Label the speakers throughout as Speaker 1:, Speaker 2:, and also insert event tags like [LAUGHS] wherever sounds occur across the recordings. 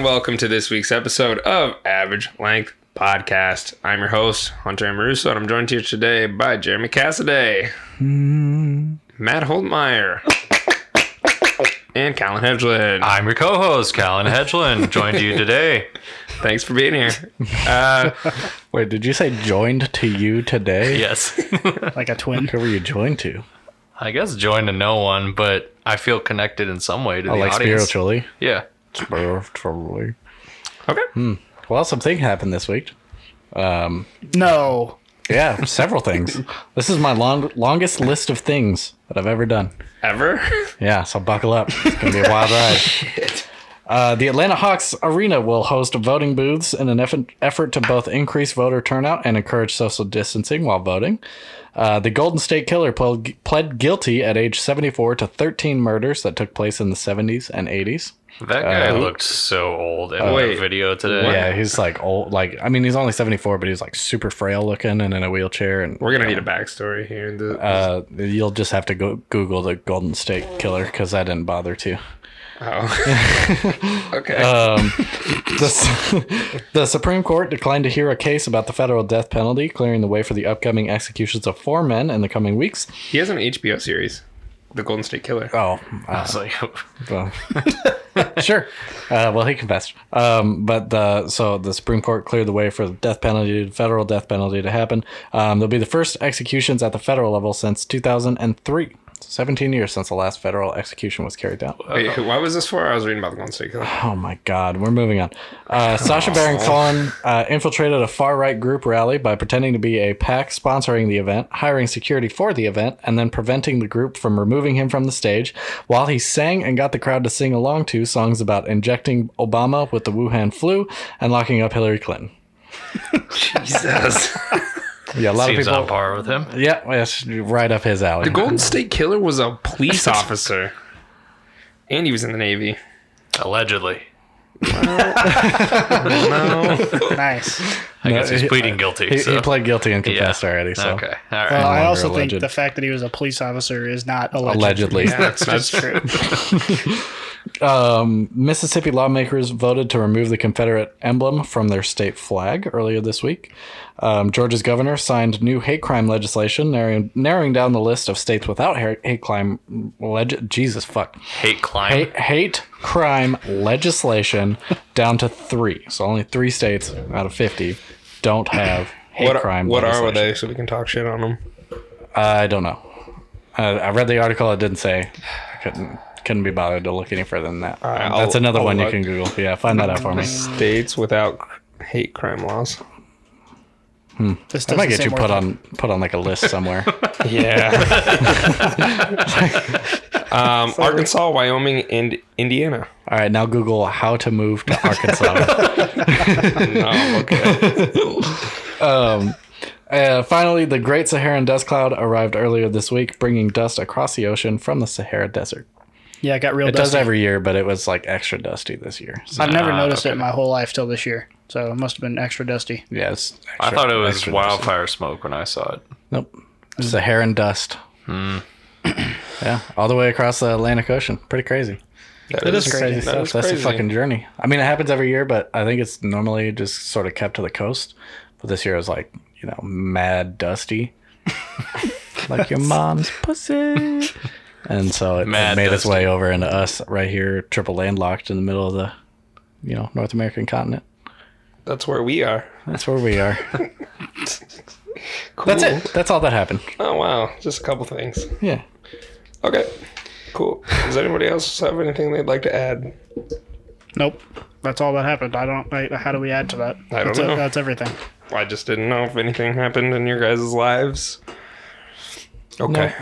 Speaker 1: welcome to this week's episode of Average Length Podcast. I'm your host, Hunter Amoruso, and I'm joined here today by Jeremy Cassidy,
Speaker 2: Hmm.
Speaker 1: Matt Holtmeyer, and Colin Hedgeland.
Speaker 3: I'm your co-host, Callan Hedgeland. Joined you today.
Speaker 1: Thanks for being here. Uh,
Speaker 2: Wait, did you say joined to you today?
Speaker 3: Yes,
Speaker 4: like a twin.
Speaker 2: Who were you joined to?
Speaker 3: I guess joined to no one, but I feel connected in some way to
Speaker 2: Oh,
Speaker 3: the
Speaker 2: like
Speaker 3: audience.
Speaker 2: spiritually.
Speaker 3: Yeah,
Speaker 2: Spiritually.
Speaker 1: okay.
Speaker 2: Hmm. Well, something happened this week.
Speaker 4: [LAUGHS] No.
Speaker 2: Yeah, several things. This is my long, longest list of things that I've ever done.
Speaker 1: Ever?
Speaker 2: Yeah, so buckle up. It's gonna be a wild ride. Uh, the Atlanta Hawks Arena will host voting booths in an effort, effort to both increase voter turnout and encourage social distancing while voting. Uh, the Golden State Killer pled, pled guilty at age 74 to 13 murders that took place in the 70s and 80s.
Speaker 3: that guy
Speaker 2: Uh,
Speaker 3: looked so old in
Speaker 1: wait.
Speaker 3: the video today.
Speaker 2: Yeah, he's like old. Like, I mean, he's only 74, but he's like super frail looking and in a wheelchair. And
Speaker 1: We're going to need a backstory here. The-
Speaker 2: uh, you'll just have to go Google the Golden State Killer because I didn't bother to.
Speaker 1: oh. [LAUGHS] okay.
Speaker 2: the, su- [LAUGHS] the Supreme Court declined to hear a case about the federal death penalty, clearing the way for the upcoming executions of four men in the coming weeks.
Speaker 1: he has an HBO series, The Golden State Killer.
Speaker 2: Oh,
Speaker 3: I was like,
Speaker 2: well, sure. Uh, well, he confessed. Um, but the so the Supreme Court cleared the way for the death penalty, the federal death penalty, to happen. Um, there'll be the first executions at the federal level since 2003. 17 years since the last federal execution was carried out.
Speaker 1: Wait, why was this for? I was reading about The Golden State Killer.
Speaker 2: [LAUGHS] Oh my God, we're moving on. Uh,
Speaker 3: Oh.
Speaker 2: Sasha Baron Cohen uh, infiltrated a far right group rally by pretending to be a PAC sponsoring the event, hiring security for the event, and then preventing the group from removing him from the stage while he sang and got the crowd to sing along to songs about injecting Obama with the Wuhan flu and locking up Hillary Clinton.
Speaker 1: [LAUGHS] Jesus.
Speaker 2: Yeah, a lot
Speaker 3: seems
Speaker 2: of
Speaker 3: on
Speaker 2: people.
Speaker 3: par with him.
Speaker 2: Yeah, yes, right up his alley.
Speaker 1: The Golden State Killer was a police officer, and he was in the Navy.
Speaker 3: Allegedly,
Speaker 4: Nice.
Speaker 3: I
Speaker 2: No,
Speaker 3: guess he's
Speaker 2: he- uh,
Speaker 3: pleading guilty.
Speaker 2: He,
Speaker 3: so.
Speaker 2: he played guilty and
Speaker 3: yeah.
Speaker 2: confessed already. So Uh,
Speaker 3: Okay, all right.
Speaker 4: Well, I
Speaker 2: longer
Speaker 4: also
Speaker 2: alleged.
Speaker 4: think the fact that he was a police officer is not alleged.
Speaker 2: allegedly.
Speaker 1: That's, that's
Speaker 4: True.
Speaker 2: Mississippi lawmakers voted to remove the Confederate emblem from their state flag earlier this week. Um, Georgia's governor signed new hate crime legislation, narrowing, narrowing down the list of states without hate, hate crime. Leg- Jesus fuck.
Speaker 3: Hate climb.
Speaker 2: Hate, hate crime legislation down to three. So only three states out of 50 don't have hate
Speaker 1: what
Speaker 2: crime
Speaker 1: what are
Speaker 2: legislation.
Speaker 1: they so we can talk shit on them?
Speaker 2: I don't know. I, I read the article. It didn't say. I couldn't couldn't be bothered to look any further than that.
Speaker 1: right,
Speaker 2: That's
Speaker 1: I'll-
Speaker 2: another
Speaker 1: I'll
Speaker 2: one
Speaker 1: look.
Speaker 2: you can Google. Yeah, find that out
Speaker 1: [LAUGHS]
Speaker 2: for me.
Speaker 1: States without hate crime laws.
Speaker 4: This
Speaker 2: I
Speaker 4: doesn't
Speaker 2: might get
Speaker 4: say
Speaker 2: you
Speaker 4: more
Speaker 2: put
Speaker 4: than-
Speaker 2: on put on like a list
Speaker 3: [LAUGHS]
Speaker 2: somewhere.
Speaker 1: Yeah. [LAUGHS] um, Arkansas, Wyoming, and Indiana.
Speaker 2: All right, now Google how to move to
Speaker 3: [LAUGHS]
Speaker 2: Arkansas.
Speaker 1: Oh, okay.
Speaker 2: [LAUGHS] uh, finally, the Great Saharan Dust Cloud arrived earlier this week, bringing dust across the ocean from the Sahara Desert.
Speaker 4: Yeah, it got real
Speaker 2: It
Speaker 4: dusty.
Speaker 2: does every year, but it was like extra dusty this year. So,
Speaker 4: I've never
Speaker 3: Ah,
Speaker 4: noticed it
Speaker 3: okay.
Speaker 4: in my whole life till this year. So it must have been extra dusty.
Speaker 2: yeah, it's
Speaker 3: I
Speaker 2: extra-
Speaker 3: thought it was
Speaker 2: extra
Speaker 3: wildfire smoke when I saw it.
Speaker 2: dusty. Nope, Saharan dust.
Speaker 3: Hmm.
Speaker 2: yeah, all the way across the Atlantic Ocean. Pretty crazy.
Speaker 1: That
Speaker 4: It is crazy
Speaker 1: that
Speaker 2: stuff.
Speaker 1: is
Speaker 2: That's
Speaker 1: crazy.
Speaker 2: a fucking journey. I mean, it happens every year, but I think it's normally just sort of kept to the coast. But this year it was like, you know, mad dusty, like your mom's pussy. And so it, it
Speaker 3: Mad
Speaker 2: made its
Speaker 3: dusty.
Speaker 2: way over into us right here, triple landlocked in the middle of the, you know, North American continent.
Speaker 1: That's where we are.
Speaker 2: That's where we are.
Speaker 1: Cool.
Speaker 2: That's it. That's all that happened.
Speaker 1: Oh wow, just a couple things.
Speaker 2: Yeah.
Speaker 1: Okay, cool. Does anybody else have anything they'd like to add?
Speaker 4: Nope. That's all that happened. I don't. I, how do we add to that?
Speaker 1: I don't
Speaker 4: that's
Speaker 1: know.
Speaker 4: that's everything.
Speaker 1: I just didn't know if anything happened in your guys' lives. Okay.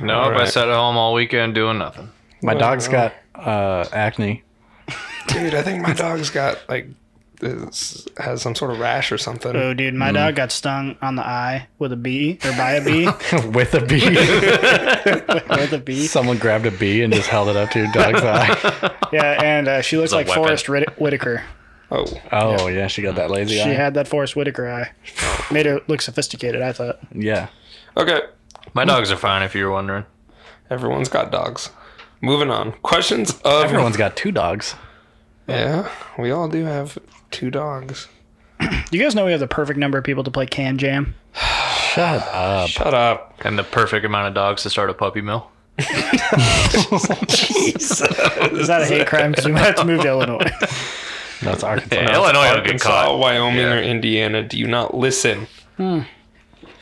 Speaker 3: No, nope, I
Speaker 1: right.
Speaker 3: sat at home all weekend doing nothing.
Speaker 2: My dog's got uh, acne. [LAUGHS]
Speaker 1: Dude, I think my dog's got like this, has some sort of rash or something.
Speaker 4: Oh, dude, my dog got stung on the eye with a bee or by a bee
Speaker 2: With a bee.
Speaker 4: with a bee.
Speaker 2: Someone grabbed a bee and just held it up to your dog's eye.
Speaker 4: Yeah, and uh, she looks
Speaker 3: a
Speaker 4: like
Speaker 3: weapon.
Speaker 4: Forrest Whit- Whitaker.
Speaker 1: oh,
Speaker 2: Oh, yeah. She got that lazy
Speaker 4: She
Speaker 2: eye.
Speaker 4: had that Forrest Whitaker eye. Made her look sophisticated, I thought.
Speaker 2: yeah.
Speaker 1: okay.
Speaker 3: My
Speaker 2: Hmm.
Speaker 3: dogs are fine, if you were wondering.
Speaker 1: Everyone's got dogs. Moving on. Questions of
Speaker 2: Everyone's got two dogs.
Speaker 1: Yeah, we all do have two dogs.
Speaker 4: You guys know we have the perfect number of people to play Can Jam.
Speaker 2: Shut up.
Speaker 1: Shut up.
Speaker 3: And the perfect amount of dogs to start a puppy mill.
Speaker 4: Is that a hate crime? Because we might have to move to Illinois.
Speaker 2: That's Arkansas.
Speaker 3: Yeah, Illinois will get
Speaker 1: Arkansas,
Speaker 3: caught.
Speaker 1: Wyoming,
Speaker 3: Yeah.
Speaker 1: or Indiana, do you not listen?
Speaker 4: [LAUGHS]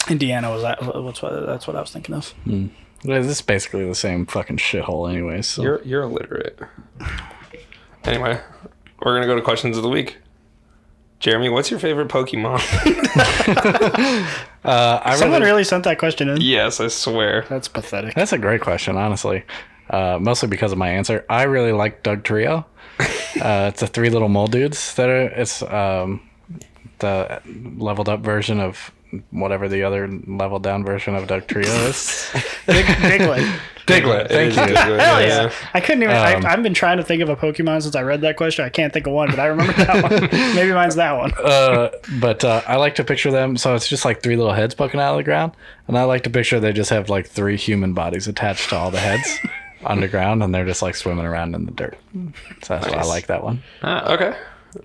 Speaker 4: Indiana was that. What's what? That's what I was thinking of.
Speaker 2: [LAUGHS] This is basically the same fucking shithole, anyway. So
Speaker 1: You're you're illiterate. Anyway, we're gonna go to questions of the week. Jeremy, what's your favorite Pokemon? [LAUGHS]
Speaker 2: I
Speaker 4: Someone
Speaker 2: really-
Speaker 4: really sent that question in.
Speaker 1: yes, I swear.
Speaker 4: That's pathetic.
Speaker 2: that's a great question, honestly. Uh, mostly because of my answer. I really like Doug Trio. uh, it's the three little mole dudes that are. It's um, the leveled up version of whatever the other leveled down version of Doug Trio is.
Speaker 4: Big, big leg.
Speaker 2: Diglett, thank you.
Speaker 1: Hell
Speaker 4: [LAUGHS] Yeah. I couldn't even.
Speaker 2: Um,
Speaker 4: I, I've been trying to think of a Pokemon since I read that question. I can't think of one, but I remember that [LAUGHS] one. Maybe mine's that one.
Speaker 2: Uh, but uh, I like to picture them. So it's just like three little heads poking out of the ground, and I like to picture they just have like three human bodies attached to all
Speaker 1: [LAUGHS]
Speaker 2: the heads underground, and they're just like swimming around in the dirt. So that's why I like that one.
Speaker 3: Uh,
Speaker 1: Okay.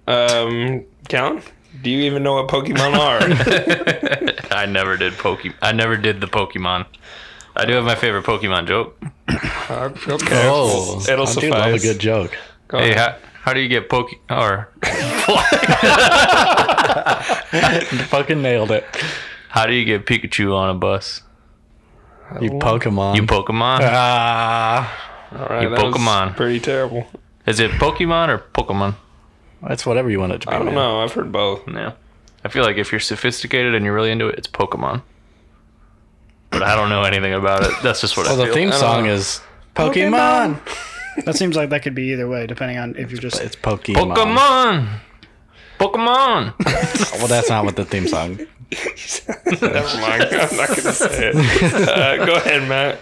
Speaker 1: Um, Callan, do you even know what Pokemon
Speaker 2: [LAUGHS]
Speaker 1: are?
Speaker 3: I never did Poke. I never did the Pokemon. I do have my favorite Pokemon joke.
Speaker 1: Uh, okay.
Speaker 2: Oh,
Speaker 1: It'll
Speaker 2: I do love a
Speaker 1: suffice.
Speaker 2: good joke.
Speaker 1: Go
Speaker 3: Hey,
Speaker 1: ahead.
Speaker 3: how, how do you get Poke or
Speaker 2: Fucking nailed it.
Speaker 3: how do you get Pikachu on a bus?
Speaker 2: You Pokemon.
Speaker 3: You Pokemon?
Speaker 2: Uh, Ah,
Speaker 1: All right,
Speaker 3: you
Speaker 1: that was
Speaker 3: Pokemon.
Speaker 1: Pretty terrible.
Speaker 3: Is it Pokemon or Pokemon?
Speaker 2: that's whatever you want it to be.
Speaker 1: I don't
Speaker 2: man.
Speaker 1: know. I've heard
Speaker 2: [LAUGHS]
Speaker 1: both.
Speaker 3: No. I feel like if you're sophisticated and you're really into it, it's Pokemon. But I don't know anything about it. That's just what
Speaker 2: Well,
Speaker 3: I
Speaker 2: the
Speaker 3: feel.
Speaker 2: theme
Speaker 1: don't
Speaker 2: song
Speaker 1: know.
Speaker 2: is Pokemon.
Speaker 4: That seems like that could be either way, depending on if you're just.
Speaker 2: It's Pokemon.
Speaker 3: Pokemon.
Speaker 2: [LAUGHS]
Speaker 3: Pokemon.
Speaker 2: Well, that's not what the theme song.
Speaker 1: Never mind. [LAUGHS] I'm not gonna say it. Uh, go ahead, Matt.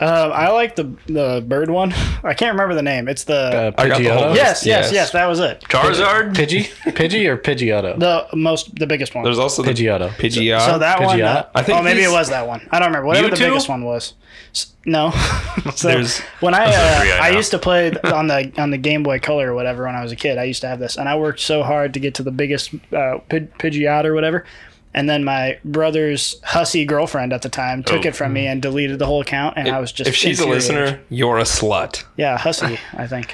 Speaker 4: Um, I like the the bird one. I can't remember the name. It's
Speaker 2: Uh,
Speaker 4: the.
Speaker 1: got the whole
Speaker 2: Pidgeotto.
Speaker 1: list.
Speaker 4: yes, yes,
Speaker 1: yes.
Speaker 4: yes, That was it.
Speaker 2: [LAUGHS]
Speaker 3: Charizard.
Speaker 2: Pidgey, Pidgey, or Pidgeotto.
Speaker 4: The most, the biggest one.
Speaker 1: There's also the
Speaker 2: Pidgeotto.
Speaker 1: Pidgeot.
Speaker 4: so that one.
Speaker 2: Pidgeot?
Speaker 4: I
Speaker 1: Uh, I think
Speaker 4: think. Oh, maybe it
Speaker 1: he's-
Speaker 4: was that one. I don't remember. Whatever the
Speaker 3: Mewtwo?
Speaker 4: biggest one was. S- No.
Speaker 2: uh,
Speaker 4: so
Speaker 1: There's-
Speaker 4: when I
Speaker 3: three I
Speaker 4: uh, I
Speaker 3: know.
Speaker 4: used to play th- on the on the Game Boy Color or whatever when I was a kid. I used to have this, and I worked so hard to get to the biggest uh, Pid- Pidgeot or whatever. And then my brother's hussy girlfriend at the time took
Speaker 3: Oh.
Speaker 4: it from me and deleted the whole account, and I was just
Speaker 1: if she's a
Speaker 4: infuriated.
Speaker 1: listener, you're a slut.
Speaker 4: yeah, hussy. I think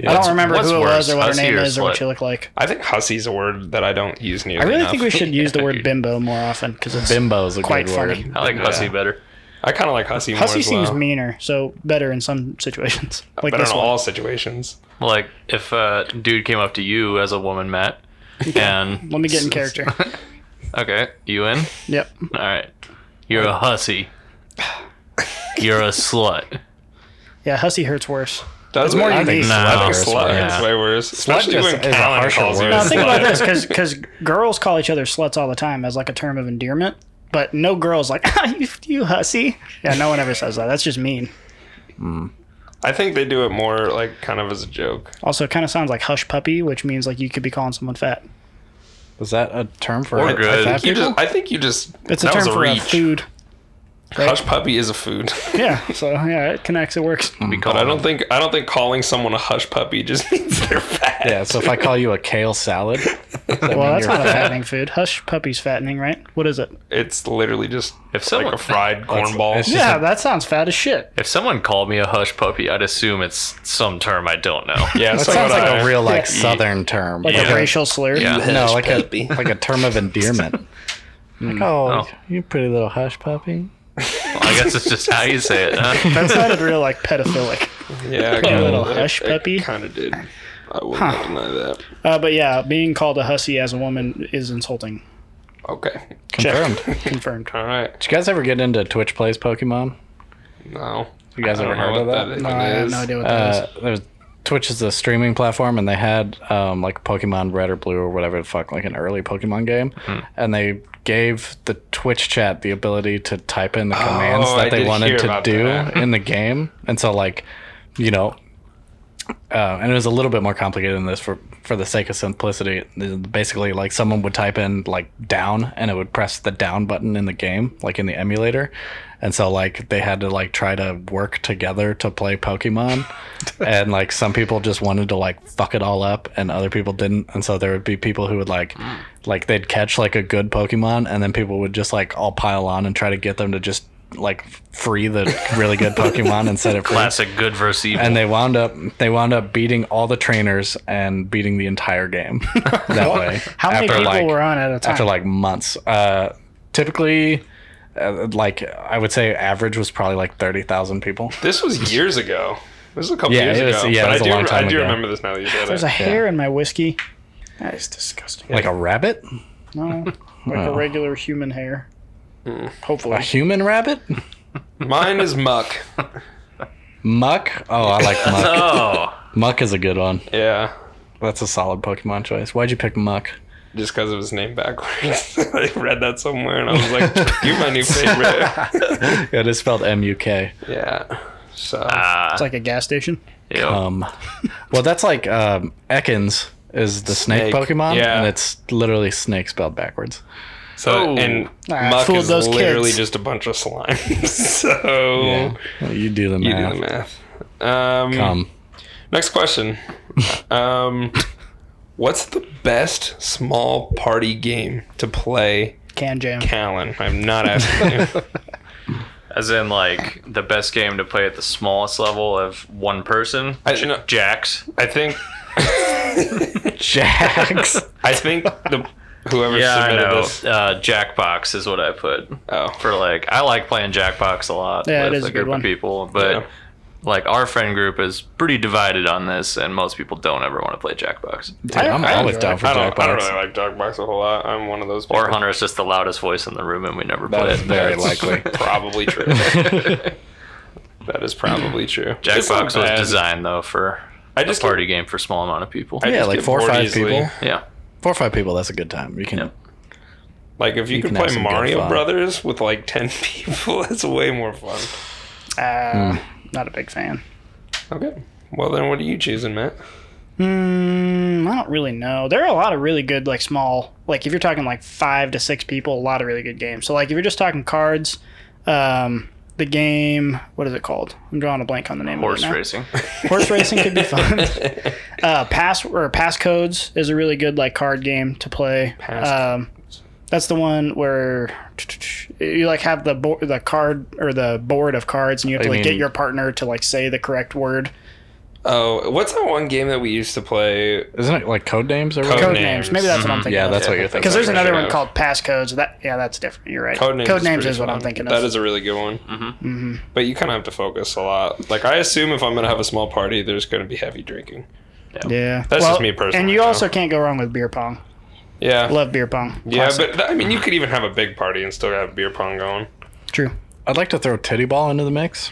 Speaker 4: I
Speaker 2: What's-
Speaker 4: don't remember
Speaker 3: what's
Speaker 4: who it was
Speaker 3: worse,
Speaker 4: or what her
Speaker 3: hussy
Speaker 4: name
Speaker 3: or
Speaker 4: is or what
Speaker 3: slut?
Speaker 4: she looked like.
Speaker 1: I think hussy's a word that I don't use nearly
Speaker 4: I really
Speaker 1: enough.
Speaker 4: think we should use the word
Speaker 3: dude.
Speaker 4: bimbo more often because it's
Speaker 2: Bimbo is a
Speaker 4: quite
Speaker 2: good
Speaker 4: funny.
Speaker 2: word.
Speaker 3: I like Hussy better.
Speaker 1: I kind of like hussy, more
Speaker 4: Hussy
Speaker 1: as
Speaker 4: seems
Speaker 1: well.
Speaker 4: meaner, so better in some
Speaker 1: [LAUGHS]
Speaker 4: situations. Like
Speaker 1: but in
Speaker 4: this one.
Speaker 1: all situations.
Speaker 3: Like if a dude came up to you as a woman, Matt, and
Speaker 4: Let me get in character.
Speaker 1: [LAUGHS]
Speaker 3: okay, you in?
Speaker 4: yep.
Speaker 3: All right, you're a hussy. You're a slut.
Speaker 4: Yeah, Hussy hurts worse.
Speaker 1: That's
Speaker 2: more
Speaker 1: I
Speaker 2: unique.
Speaker 1: think
Speaker 3: No,
Speaker 1: slut is
Speaker 2: it's
Speaker 1: slut.
Speaker 2: worse.
Speaker 1: It's
Speaker 3: Yeah.
Speaker 1: way worse. Especially
Speaker 2: is-
Speaker 1: when
Speaker 2: is a
Speaker 1: Callan
Speaker 2: harsher
Speaker 1: calls you a
Speaker 2: word.
Speaker 4: Now, think about
Speaker 1: slut.
Speaker 4: this because girls call each other sluts all the time as like a term of endearment, but no girl's like, [LAUGHS] ah, you, you Hussy. Yeah, no one ever says that. That's just mean.
Speaker 1: I think they do it more like kind of as a joke.
Speaker 4: Also, it kind of sounds like hush puppy, which means like you could be calling someone fat.
Speaker 2: Was that a term for
Speaker 3: Or
Speaker 2: it?
Speaker 3: good.
Speaker 1: I
Speaker 2: Fat
Speaker 1: think you
Speaker 2: people?
Speaker 1: just. I think you just
Speaker 4: It's a
Speaker 1: that
Speaker 4: term
Speaker 1: was a
Speaker 4: for a
Speaker 1: reach.
Speaker 4: food.
Speaker 1: Hush puppy is a food,
Speaker 4: Yeah, so yeah, it connects. It works.
Speaker 3: We call
Speaker 1: but I don't think I don't think calling someone a hush puppy just [LAUGHS] means they're fat.
Speaker 2: Yeah, so if I call you a
Speaker 1: [LAUGHS]
Speaker 2: kale salad,
Speaker 4: Well, that's
Speaker 2: you're
Speaker 4: not a fattening food. Hush puppy's fattening, right? What is it?
Speaker 1: It's literally just
Speaker 3: If
Speaker 1: like
Speaker 3: someone-
Speaker 1: a fried cornball.
Speaker 2: it's just-
Speaker 4: Yeah, that sounds fat as shit.
Speaker 3: If someone called me a hush puppy, I'd assume it's some term I don't know.
Speaker 1: Yeah,
Speaker 2: that
Speaker 1: so
Speaker 2: sounds
Speaker 1: would
Speaker 2: like
Speaker 1: I.
Speaker 2: a real like
Speaker 4: Yeah.
Speaker 2: southern term.
Speaker 4: Like
Speaker 3: Yeah.
Speaker 4: a racial slur.
Speaker 3: Yeah.
Speaker 2: no,
Speaker 1: Hush
Speaker 2: like
Speaker 1: puppy. Hmm.
Speaker 2: a like a
Speaker 1: [LAUGHS]
Speaker 2: term of endearment. Like, oh,
Speaker 3: Oh.
Speaker 2: you pretty little hush puppy.
Speaker 3: I guess it's just how you say it. Huh?
Speaker 4: That sounded real like pedophilic.
Speaker 1: Yeah,
Speaker 4: [LAUGHS] little hush puppy.
Speaker 1: Kind of did. I will not deny that.
Speaker 4: Uh, but yeah, being called a hussy as a woman is insulting.
Speaker 1: Okay.
Speaker 2: Confirmed. Did
Speaker 4: [LAUGHS] Confirmed.
Speaker 1: All right.
Speaker 2: you guys ever get into Twitch plays Pokemon?
Speaker 1: No.
Speaker 2: You guys
Speaker 1: I
Speaker 2: ever
Speaker 1: don't know
Speaker 2: heard of
Speaker 1: what
Speaker 2: that?
Speaker 1: that
Speaker 4: No, I have
Speaker 1: is.
Speaker 4: no idea what that is.
Speaker 2: Uh, there's, Twitch is a streaming platform, and they had um, like Pokemon Red or Blue or whatever the fuck, like an early Pokemon game,
Speaker 1: Hmm.
Speaker 2: and they gave the Twitch chat the ability to type in the commands that
Speaker 1: Oh, I
Speaker 2: they
Speaker 1: did hear
Speaker 2: wanted to
Speaker 1: about
Speaker 2: do
Speaker 1: that.
Speaker 2: in the game, and so like, you know, uh, and it was a little bit more complicated than this for for the sake of simplicity. Basically, like someone would type in like down, and it would press the down button in the game, like in the emulator, and so like they had to like try to work together to play Pokemon, and like some people just wanted to like fuck it all up, and other people didn't, and so there would be people who would like like they'd catch like a good Pokemon, and then people would just like all pile on and try to get them to just like free the really good Pokemon and set it free
Speaker 3: Classic good versus evil.
Speaker 2: and they wound up they wound up beating all the trainers and beating the entire game [LAUGHS] that way
Speaker 4: How many
Speaker 2: after
Speaker 4: people
Speaker 2: like
Speaker 4: were on at a time?
Speaker 2: after like months uh typically uh, like i would say average was probably like 30,000 people
Speaker 1: This was years ago. This was a couple
Speaker 2: Yeah,
Speaker 1: years
Speaker 2: it was-
Speaker 1: ago.
Speaker 2: yeah, it
Speaker 1: but
Speaker 2: was
Speaker 1: I
Speaker 2: a
Speaker 1: do,
Speaker 2: long time
Speaker 1: I do
Speaker 2: ago.
Speaker 1: remember this now that you
Speaker 4: [LAUGHS]
Speaker 1: said
Speaker 4: There's
Speaker 1: it.
Speaker 4: a hair in my whiskey. That is disgusting.
Speaker 2: like oh. a rabbit
Speaker 4: No,
Speaker 2: [LAUGHS]
Speaker 4: like a regular human hair. Hmm.
Speaker 2: a
Speaker 4: Hopefully.
Speaker 2: human rabbit
Speaker 1: Mine is muck.
Speaker 2: muck oh i
Speaker 4: [LAUGHS]
Speaker 2: like muck
Speaker 3: [LAUGHS] oh,
Speaker 2: muck is a good one
Speaker 1: Yeah.
Speaker 2: that's a solid pokemon choice why'd you pick
Speaker 4: [LAUGHS]
Speaker 2: muck
Speaker 1: Just because of his name backwards. [LAUGHS] I read that somewhere and I was like, you're my new
Speaker 2: [LAUGHS]
Speaker 1: favorite.
Speaker 2: it is spelled m-u-k
Speaker 1: yeah. So.
Speaker 3: ah,
Speaker 4: It's like a gas station.
Speaker 3: ew.
Speaker 2: um well that's like um ekans is the snake,
Speaker 1: Snake,
Speaker 2: pokemon
Speaker 1: yeah.
Speaker 2: and it's literally snake spelled backwards
Speaker 1: So
Speaker 3: Oh.
Speaker 1: and
Speaker 4: Ah,
Speaker 1: muck
Speaker 4: fooled
Speaker 1: is
Speaker 4: those
Speaker 1: literally
Speaker 4: kids.
Speaker 1: just a bunch of slime. [LAUGHS] so
Speaker 2: you do the
Speaker 1: you
Speaker 2: math
Speaker 1: do the math. Um,
Speaker 2: Um,
Speaker 1: Next question. um, what's the best small party game to play,
Speaker 4: Can jam.
Speaker 1: Callan? I'm not asking you.
Speaker 3: As in, like the best game to play at the smallest level of one person.
Speaker 1: I, you know,
Speaker 3: Jax.
Speaker 1: I think [LAUGHS]
Speaker 2: Jax.
Speaker 1: I think the whoever
Speaker 3: Yeah, I
Speaker 1: submitted
Speaker 3: know.
Speaker 1: this.
Speaker 3: Uh, Jackbox is what I put
Speaker 1: Oh,
Speaker 3: for like. I like playing Jackbox a lot
Speaker 4: Yeah, it
Speaker 3: with
Speaker 4: is a
Speaker 3: a
Speaker 4: good
Speaker 3: group
Speaker 4: one.
Speaker 3: of people, but
Speaker 1: Yeah.
Speaker 3: like our friend group is pretty divided on this, and most people don't ever want to play Jackbox.
Speaker 2: Dude, I'm
Speaker 1: I-
Speaker 2: always
Speaker 4: I-
Speaker 2: down for
Speaker 1: I don't. I don't really
Speaker 2: Jackbox.
Speaker 1: like Dogbox a whole lot. I'm one of those.
Speaker 3: Or
Speaker 1: people.
Speaker 3: Hunter is just the loudest voice in the room, and we never
Speaker 2: That
Speaker 3: play
Speaker 2: is
Speaker 3: it. [LAUGHS]
Speaker 2: very
Speaker 3: That's-
Speaker 2: likely.
Speaker 1: Probably true. that is probably true. It's not
Speaker 3: Jackbox
Speaker 1: bad.
Speaker 3: was designed though for
Speaker 1: I
Speaker 3: a
Speaker 1: just
Speaker 3: party game for small amount of people.
Speaker 1: I
Speaker 2: Yeah,
Speaker 1: just
Speaker 2: like
Speaker 1: get
Speaker 2: four or
Speaker 1: bored
Speaker 2: five people.
Speaker 3: yeah.
Speaker 2: Four or five people, that's a good time. You can.
Speaker 3: Yeah.
Speaker 1: Like if you,
Speaker 2: You
Speaker 1: could
Speaker 2: can have
Speaker 1: play
Speaker 2: some good
Speaker 1: Mario
Speaker 2: fun.
Speaker 1: Brothers with like ten [LAUGHS] people, that's way more fun.
Speaker 4: Uh,
Speaker 2: Hmm.
Speaker 4: Not a big fan.
Speaker 1: Okay. Well then, what are you choosing, Matt?
Speaker 4: Mm, I don't really know. There are a lot of really good, like small, like if you're talking like five to six people, a lot of really good games. So like if you're just talking cards, um, the game, what is it called? I'm drawing a blank on the name.
Speaker 3: Horse
Speaker 4: of it
Speaker 2: [LAUGHS]
Speaker 4: now.
Speaker 3: racing.
Speaker 4: Horse racing could be fun. uh, pass or passcodes is a really good like card game to play. Um, that's the one where you like have the board, the card or the board of cards, and you have to
Speaker 2: You
Speaker 4: like get
Speaker 2: mean-
Speaker 4: your partner to like say the correct word.
Speaker 1: Oh, what's that one game that we used to play?
Speaker 2: Isn't it like code names or
Speaker 1: Code
Speaker 2: whatever?
Speaker 4: Code names. Maybe that's what I'm thinking.
Speaker 2: Yeah,
Speaker 4: of.
Speaker 2: that's what you're thinking.
Speaker 4: Because there's
Speaker 1: That's
Speaker 4: another
Speaker 1: what
Speaker 4: one
Speaker 1: I
Speaker 4: called passcodes. That yeah, that's different. You're right.
Speaker 1: Codenames.
Speaker 4: Code names
Speaker 1: pretty
Speaker 4: is what I'm
Speaker 1: fun.
Speaker 4: thinking of.
Speaker 1: That is a really good one. Mm-hmm. But you kind of have to focus a lot. Like I assume if I'm gonna have a small party, there's gonna be heavy drinking.
Speaker 4: yeah.
Speaker 1: That's just me personally,
Speaker 4: And you
Speaker 1: though.
Speaker 4: also can't go wrong with beer pong.
Speaker 1: Yeah.
Speaker 4: Love beer pong.
Speaker 1: yeah,
Speaker 4: Classic.
Speaker 1: but th- I mean, you could even have a big party and still have beer pong going.
Speaker 4: true.
Speaker 2: I'd like to throw Titty Ball into the mix.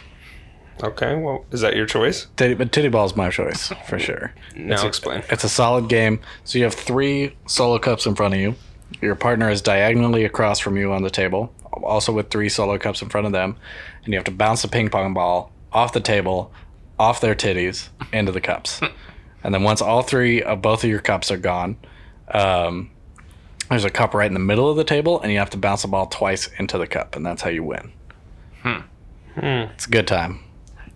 Speaker 1: Okay, well, is that your choice?
Speaker 2: Titty, but Titty Ball's my choice for sure.
Speaker 1: Now explain.
Speaker 2: It's a solid game. So you have three solo cups in front of you. Your partner is diagonally across from you on the table, also with three solo cups in front of them, and you have to bounce a ping pong ball off the table, off their titties, into the cups.
Speaker 3: [LAUGHS]
Speaker 2: and then once all three of both of your cups are gone, um, there's a cup right in the middle of the table, and you have to bounce the ball twice into the cup, and that's how you win. It's a good time.
Speaker 3: Hmm.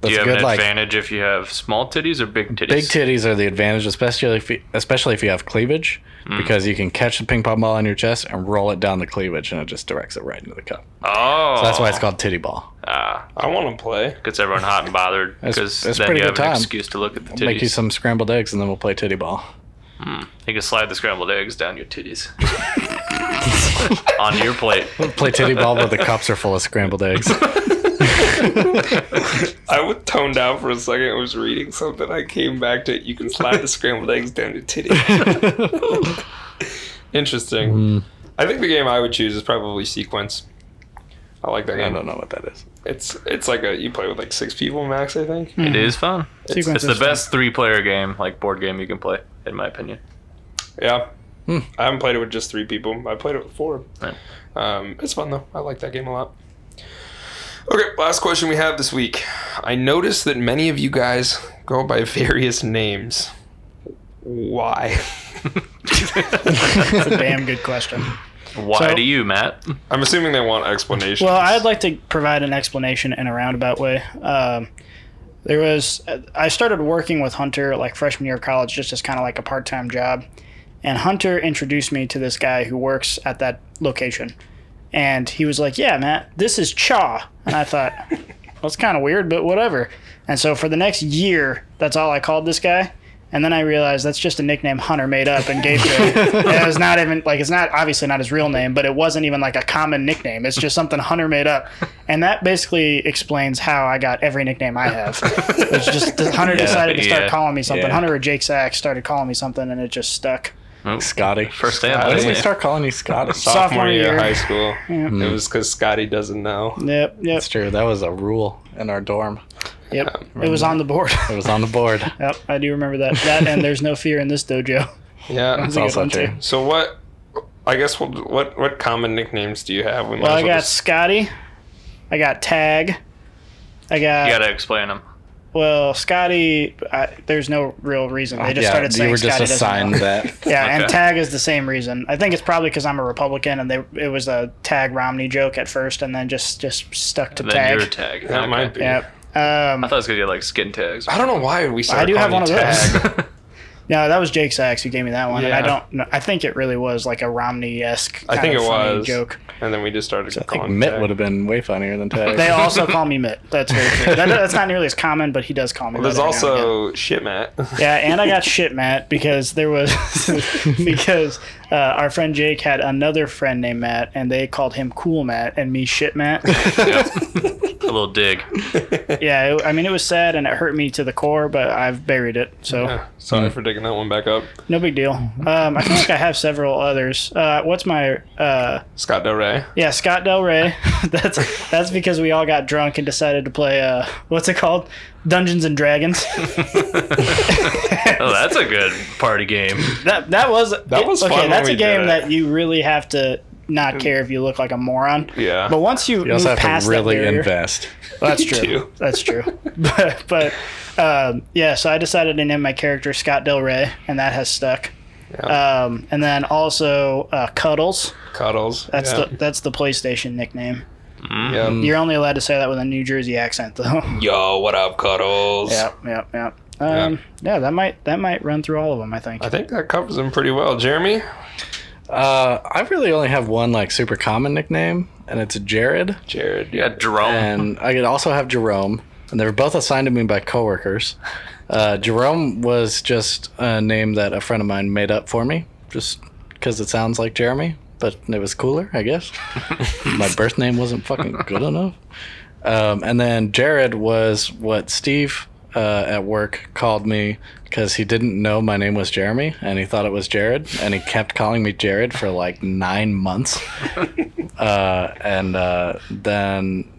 Speaker 3: Do
Speaker 2: That's
Speaker 3: you
Speaker 2: a
Speaker 3: have
Speaker 2: good
Speaker 3: an
Speaker 2: like
Speaker 3: advantage if you have small titties or big titties?
Speaker 2: Big titties are the advantage, especially if you, especially if you have cleavage,
Speaker 3: Mm.
Speaker 2: because you can catch the ping pong ball on your chest and roll it down the cleavage, and it just directs it right into the cup.
Speaker 3: Oh,
Speaker 2: That's why it's called titty ball.
Speaker 1: I want to play.
Speaker 3: Gets everyone hot and bothered because
Speaker 2: that's
Speaker 3: then
Speaker 2: pretty
Speaker 3: you have
Speaker 2: good
Speaker 3: an
Speaker 2: time.
Speaker 3: excuse to look at the titties.
Speaker 2: Make you some scrambled eggs, and then we'll play titty
Speaker 3: [LAUGHS]
Speaker 2: ball.
Speaker 3: You can slide the scrambled eggs down your titties [LAUGHS] on your plate.
Speaker 2: Play titty ball, but the cups are full of scrambled
Speaker 3: [LAUGHS]
Speaker 2: eggs.
Speaker 1: I was toned down for a second. I was reading something. I came back to you can slide the scrambled eggs down to titty. Interesting. I think the game I would choose is probably Sequence. I like that
Speaker 2: I
Speaker 1: game.
Speaker 2: don't know what that is.
Speaker 1: It's it's like a you play with like six people max. I think.
Speaker 4: Hmm.
Speaker 3: It is fun.
Speaker 4: Sequence
Speaker 3: It's the
Speaker 4: is fun.
Speaker 3: best three-player game, like board game, you can play, in my
Speaker 2: [LAUGHS]
Speaker 3: opinion. [LAUGHS]
Speaker 1: Yeah. I haven't played it with just three people. I played it with four.
Speaker 3: Yeah.
Speaker 1: Um, it's fun though. I like that game a lot. Okay, last question we have this week. I noticed that many of you guys go by [LAUGHS] various names. Why? [LAUGHS] [LAUGHS]
Speaker 4: It's a damn good question.
Speaker 3: Why
Speaker 4: So-
Speaker 3: do you, Matt?
Speaker 1: I'm assuming they want explanations. [LAUGHS]
Speaker 4: Well, I'd like to provide an explanation in a roundabout way. Um, there was I started working with Hunter like freshman year of college, just as kind of like a part-time job, and Hunter introduced me to this guy who works at that location, and he was like, "Yeah, Matt, this is Chaw," and I thought, well, "That's kind of weird, but whatever." And so for the next year, that's all I called this guy. And then I realized that's just a nickname Hunter made up and gave to him. And it was not even like it's not obviously not his real name, but it wasn't even like a common nickname. It's just something Hunter made up, and that basically explains how I got every nickname I have.
Speaker 1: [LAUGHS]
Speaker 4: It's just that Hunter decided to start
Speaker 3: yeah,
Speaker 4: calling me something.
Speaker 2: yeah.
Speaker 4: Hunter or Jake Sachs started calling me something, and it just stuck.
Speaker 2: Scotty.
Speaker 3: First day of
Speaker 2: Why did we
Speaker 3: high school.
Speaker 2: start calling you Scotty?
Speaker 3: [LAUGHS]
Speaker 1: sophomore
Speaker 4: sophomore
Speaker 1: year,
Speaker 4: year. Hmm.
Speaker 1: of high school. It was because Scotty doesn't know.
Speaker 4: Yep, yep,
Speaker 2: Hmm. That's true. That was a rule in our dorm.
Speaker 4: yep. It was on the board.
Speaker 2: It was on the board.
Speaker 4: yep, I do remember that. That and there's no fear in this dojo. [LAUGHS]
Speaker 1: Yeah.
Speaker 4: That's a good
Speaker 2: also
Speaker 4: one,
Speaker 2: true.
Speaker 4: too.
Speaker 1: So what? I guess we'll, what what common nicknames do you have? We might
Speaker 4: Well,
Speaker 1: as
Speaker 4: I got
Speaker 1: just-
Speaker 4: Scotty. I got Tag. I got
Speaker 3: You gotta explain them.
Speaker 4: Well, Scotty, I, there's no real reason. They just started saying
Speaker 2: you were just
Speaker 4: Scotty doesn't.
Speaker 2: assigned
Speaker 4: know. [LAUGHS]
Speaker 2: that.
Speaker 4: Yeah, and
Speaker 3: Okay.
Speaker 4: tag is the same reason. I think it's probably because I'm a Republican, and they it was a tag Romney joke at first, and then just just stuck to
Speaker 3: Then
Speaker 4: tag.
Speaker 3: your tag.
Speaker 1: that
Speaker 3: Okay.
Speaker 1: might be.
Speaker 4: Yep. Um,
Speaker 3: I thought it was gonna get like skin tags.
Speaker 1: I don't know why we. Started
Speaker 4: I do have
Speaker 1: calling
Speaker 4: one of
Speaker 1: you Tag.
Speaker 4: those.
Speaker 3: [LAUGHS]
Speaker 4: no, that was Jake Sachs who gave me that one, and I
Speaker 1: Yeah.
Speaker 4: don't. know. I think it really was like a Romney esque.
Speaker 1: [LAUGHS] I think it
Speaker 4: funny
Speaker 1: was.
Speaker 4: joke.
Speaker 1: And then we just started
Speaker 2: I think
Speaker 1: calling
Speaker 2: Mitt
Speaker 1: Tag.
Speaker 2: would have been way funnier than Tag.
Speaker 4: They also call me Mitt. That's very true. That, that's not nearly as common, but he does call me.
Speaker 1: Well, There's
Speaker 4: that every now and again.
Speaker 1: also shit, Matt. [LAUGHS]
Speaker 4: Yeah, and I got shit, Matt, because there was [LAUGHS] because uh, our friend Jake had another friend named Matt, and they called him Cool Matt and me
Speaker 1: [LAUGHS]
Speaker 4: Shit Matt.
Speaker 3: a little dig.
Speaker 4: yeah, it, I mean it was sad and it hurt me to the core, but I've buried it, so
Speaker 1: Sorry for digging that one back up.
Speaker 4: no big deal. Um, I feel like I have several others. Uh, what's my uh,
Speaker 1: Scott Del Rey.
Speaker 4: yeah Scott Del Rey? [LAUGHS] that's that's because we all got drunk and decided to play uh, what's it called Dungeons and Dragons.
Speaker 3: Oh, that's a good party game.
Speaker 4: That that was that
Speaker 1: was fun when
Speaker 4: that's
Speaker 1: we
Speaker 4: a game
Speaker 1: did it.
Speaker 4: that you really have to not care if you look like a moron.
Speaker 1: Mm. Yeah.
Speaker 4: But once you,
Speaker 2: You also have
Speaker 4: move past
Speaker 2: to really
Speaker 4: that barrier,
Speaker 2: invest.
Speaker 4: that's true.
Speaker 1: Two.
Speaker 4: That's true.
Speaker 1: [LAUGHS]
Speaker 4: but but um, yeah, so I decided to name my character Scott Del Rey, and that has stuck.
Speaker 1: Yeah.
Speaker 4: Um, and then also uh, Cuddles.
Speaker 1: Cuddles.
Speaker 4: That's
Speaker 1: yeah.
Speaker 4: the that's the PlayStation nickname.
Speaker 1: Yeah.
Speaker 2: Mm.
Speaker 4: You're only allowed to say that with a New Jersey accent, though.
Speaker 1: Yo, what up, Cuddles?
Speaker 4: [LAUGHS] yep, yep, yep. Um, yeah, that might that might run through all of them. I think.
Speaker 1: I think that covers him pretty well. Jeremy?
Speaker 2: Uh, I really only have one like super common nickname, and it's Jared.
Speaker 1: Jared.
Speaker 3: Yeah, drone. [LAUGHS]
Speaker 2: and I could also have Jerome. And they were both assigned to me by coworkers. Uh, Jerome was just a name that a friend of mine made up for me, just because it sounds like Jeremy, but it was cooler, I
Speaker 4: [LAUGHS]
Speaker 2: guess. My birth name wasn't fucking good enough. Um, and then Jared was what Steve uh, at work called me because he didn't know my name was Jeremy and he thought it was Jared, and he kept calling me Jared for like
Speaker 1: [LAUGHS]
Speaker 2: nine months. uh, and uh, then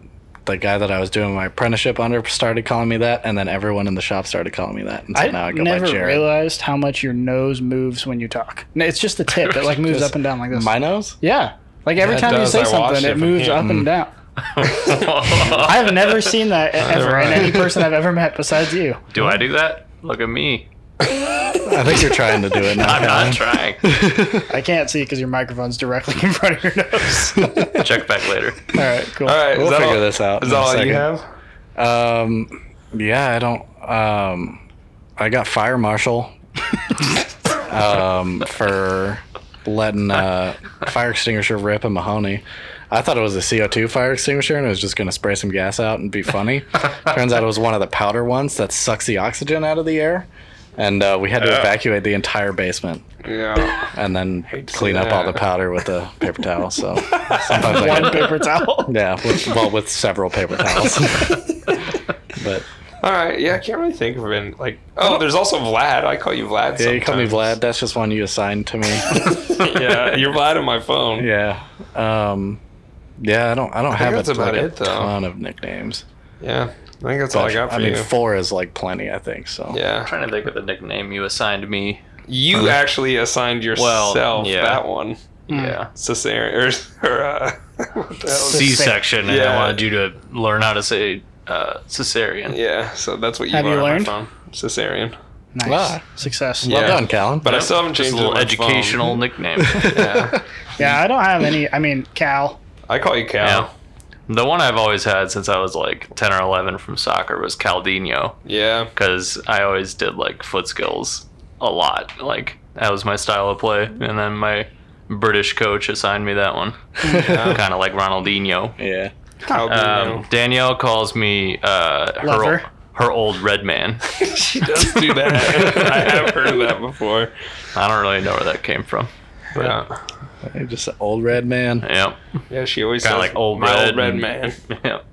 Speaker 2: the guy that I was doing my apprenticeship under started calling me that, and then everyone in the shop started calling me that. And so
Speaker 4: I
Speaker 2: now I go
Speaker 4: never
Speaker 2: by Jared.
Speaker 4: realized how much your nose moves when you talk. No, It's just the tip.
Speaker 1: [LAUGHS]
Speaker 4: It like moves
Speaker 2: Just
Speaker 4: up and down like this.
Speaker 2: my
Speaker 4: [LAUGHS]
Speaker 2: nose?
Speaker 4: yeah. Like every
Speaker 1: That
Speaker 4: time
Speaker 1: does.
Speaker 4: you
Speaker 1: I
Speaker 4: say
Speaker 1: watched
Speaker 4: something,
Speaker 1: it
Speaker 4: it
Speaker 1: from
Speaker 4: moves
Speaker 1: here. Mm.
Speaker 4: up and down.
Speaker 3: Do
Speaker 4: I've never seen
Speaker 1: [LAUGHS]
Speaker 4: that e- ever in any person I've ever met besides you.
Speaker 3: I do that? Look at me.
Speaker 2: I think you're trying to do
Speaker 1: [LAUGHS]
Speaker 2: it now.
Speaker 3: I'm not trying.
Speaker 4: I can't see because your microphone's directly [LAUGHS] in front of your nose.
Speaker 3: Check back later.
Speaker 4: All right, cool.
Speaker 1: All right,
Speaker 2: We'll
Speaker 1: is that
Speaker 2: figure
Speaker 1: all-
Speaker 2: this out.
Speaker 1: Is
Speaker 2: in
Speaker 1: that
Speaker 2: a
Speaker 1: all you
Speaker 2: second.
Speaker 1: have?
Speaker 2: Um, yeah, I don't. Um, I got fire marshal. um, for letting uh fire extinguisher rip in Mahoney. I thought it was a CO2 fire extinguisher and it was just going to spray some gas out and be funny. Turns out it was one of the powder ones that sucks the oxygen out of the air. And uh, we had to evacuate the entire basement
Speaker 1: Yeah. [LAUGHS]
Speaker 2: and then
Speaker 1: to see
Speaker 2: clean up all the
Speaker 1: that.
Speaker 2: powder with a paper towel. So sometimes I
Speaker 4: One
Speaker 2: get,
Speaker 4: paper towel.
Speaker 2: yeah, with, well, with several paper towels. but
Speaker 1: All right. Yeah, I can't really think of it. Like, oh, there's also Vlad. I call you Vlad.
Speaker 2: Yeah, you call me Vlad.
Speaker 1: sometimes.
Speaker 2: That's just one you assigned
Speaker 1: [LAUGHS]
Speaker 2: to me.
Speaker 1: yeah, you're Vlad on my phone. Yeah.
Speaker 2: yeah. Um, yeah, I don't. I don't have
Speaker 1: that's
Speaker 2: a,
Speaker 1: about
Speaker 2: like, a
Speaker 1: it, though.
Speaker 2: ton of nicknames.
Speaker 1: I think that's all I got for
Speaker 2: mean,
Speaker 1: you.
Speaker 2: four is like plenty. I think so.
Speaker 1: yeah.
Speaker 3: trying to think of the nickname you assigned me.
Speaker 1: You actually assigned yourself
Speaker 3: yeah.
Speaker 1: that one.
Speaker 4: Mm.
Speaker 3: Yeah.
Speaker 1: Cesarean. Or, [LAUGHS] or uh, what the hell is-
Speaker 3: C section, and
Speaker 1: Yeah.
Speaker 3: I wanted you to learn how to say uh, cesarean.
Speaker 1: Yeah, so that's what you
Speaker 4: Have you
Speaker 1: are on my
Speaker 4: learned?
Speaker 1: phone. Cesarean.
Speaker 4: Nice.
Speaker 2: Ah.
Speaker 4: Success.
Speaker 1: Yeah.
Speaker 2: Well done, Callan.
Speaker 1: But I still haven't
Speaker 3: Just
Speaker 1: changed it
Speaker 3: a
Speaker 1: to
Speaker 3: little
Speaker 1: my
Speaker 3: educational [LAUGHS] nickname.
Speaker 1: phone. Yeah.
Speaker 4: Yeah, I don't have any. I mean, Cal.
Speaker 1: I call you
Speaker 3: yeah.
Speaker 1: Cal.
Speaker 3: The one I've always had since I was like 10 or 11 from soccer was Caldino
Speaker 1: Yeah.
Speaker 3: because I always did like foot skills a lot. Like that was my style of play. And then my British coach assigned me that one. [LAUGHS] kind of like Ronaldinho.
Speaker 2: [LAUGHS] yeah.
Speaker 1: Cal
Speaker 3: Um, Danielle calls me uh, her,
Speaker 4: Lover.
Speaker 3: ol- her old red man.
Speaker 1: [LAUGHS] she does do
Speaker 3: [LAUGHS]
Speaker 1: that. I have heard of that before.
Speaker 3: I don't really know where that came from.
Speaker 1: Yeah.
Speaker 2: Just an old red man.
Speaker 3: Yep.
Speaker 1: Yeah, she always
Speaker 3: Kinda
Speaker 1: says,
Speaker 3: like old
Speaker 1: my
Speaker 3: red
Speaker 1: old red
Speaker 3: and-
Speaker 1: man.
Speaker 3: [LAUGHS] Yep.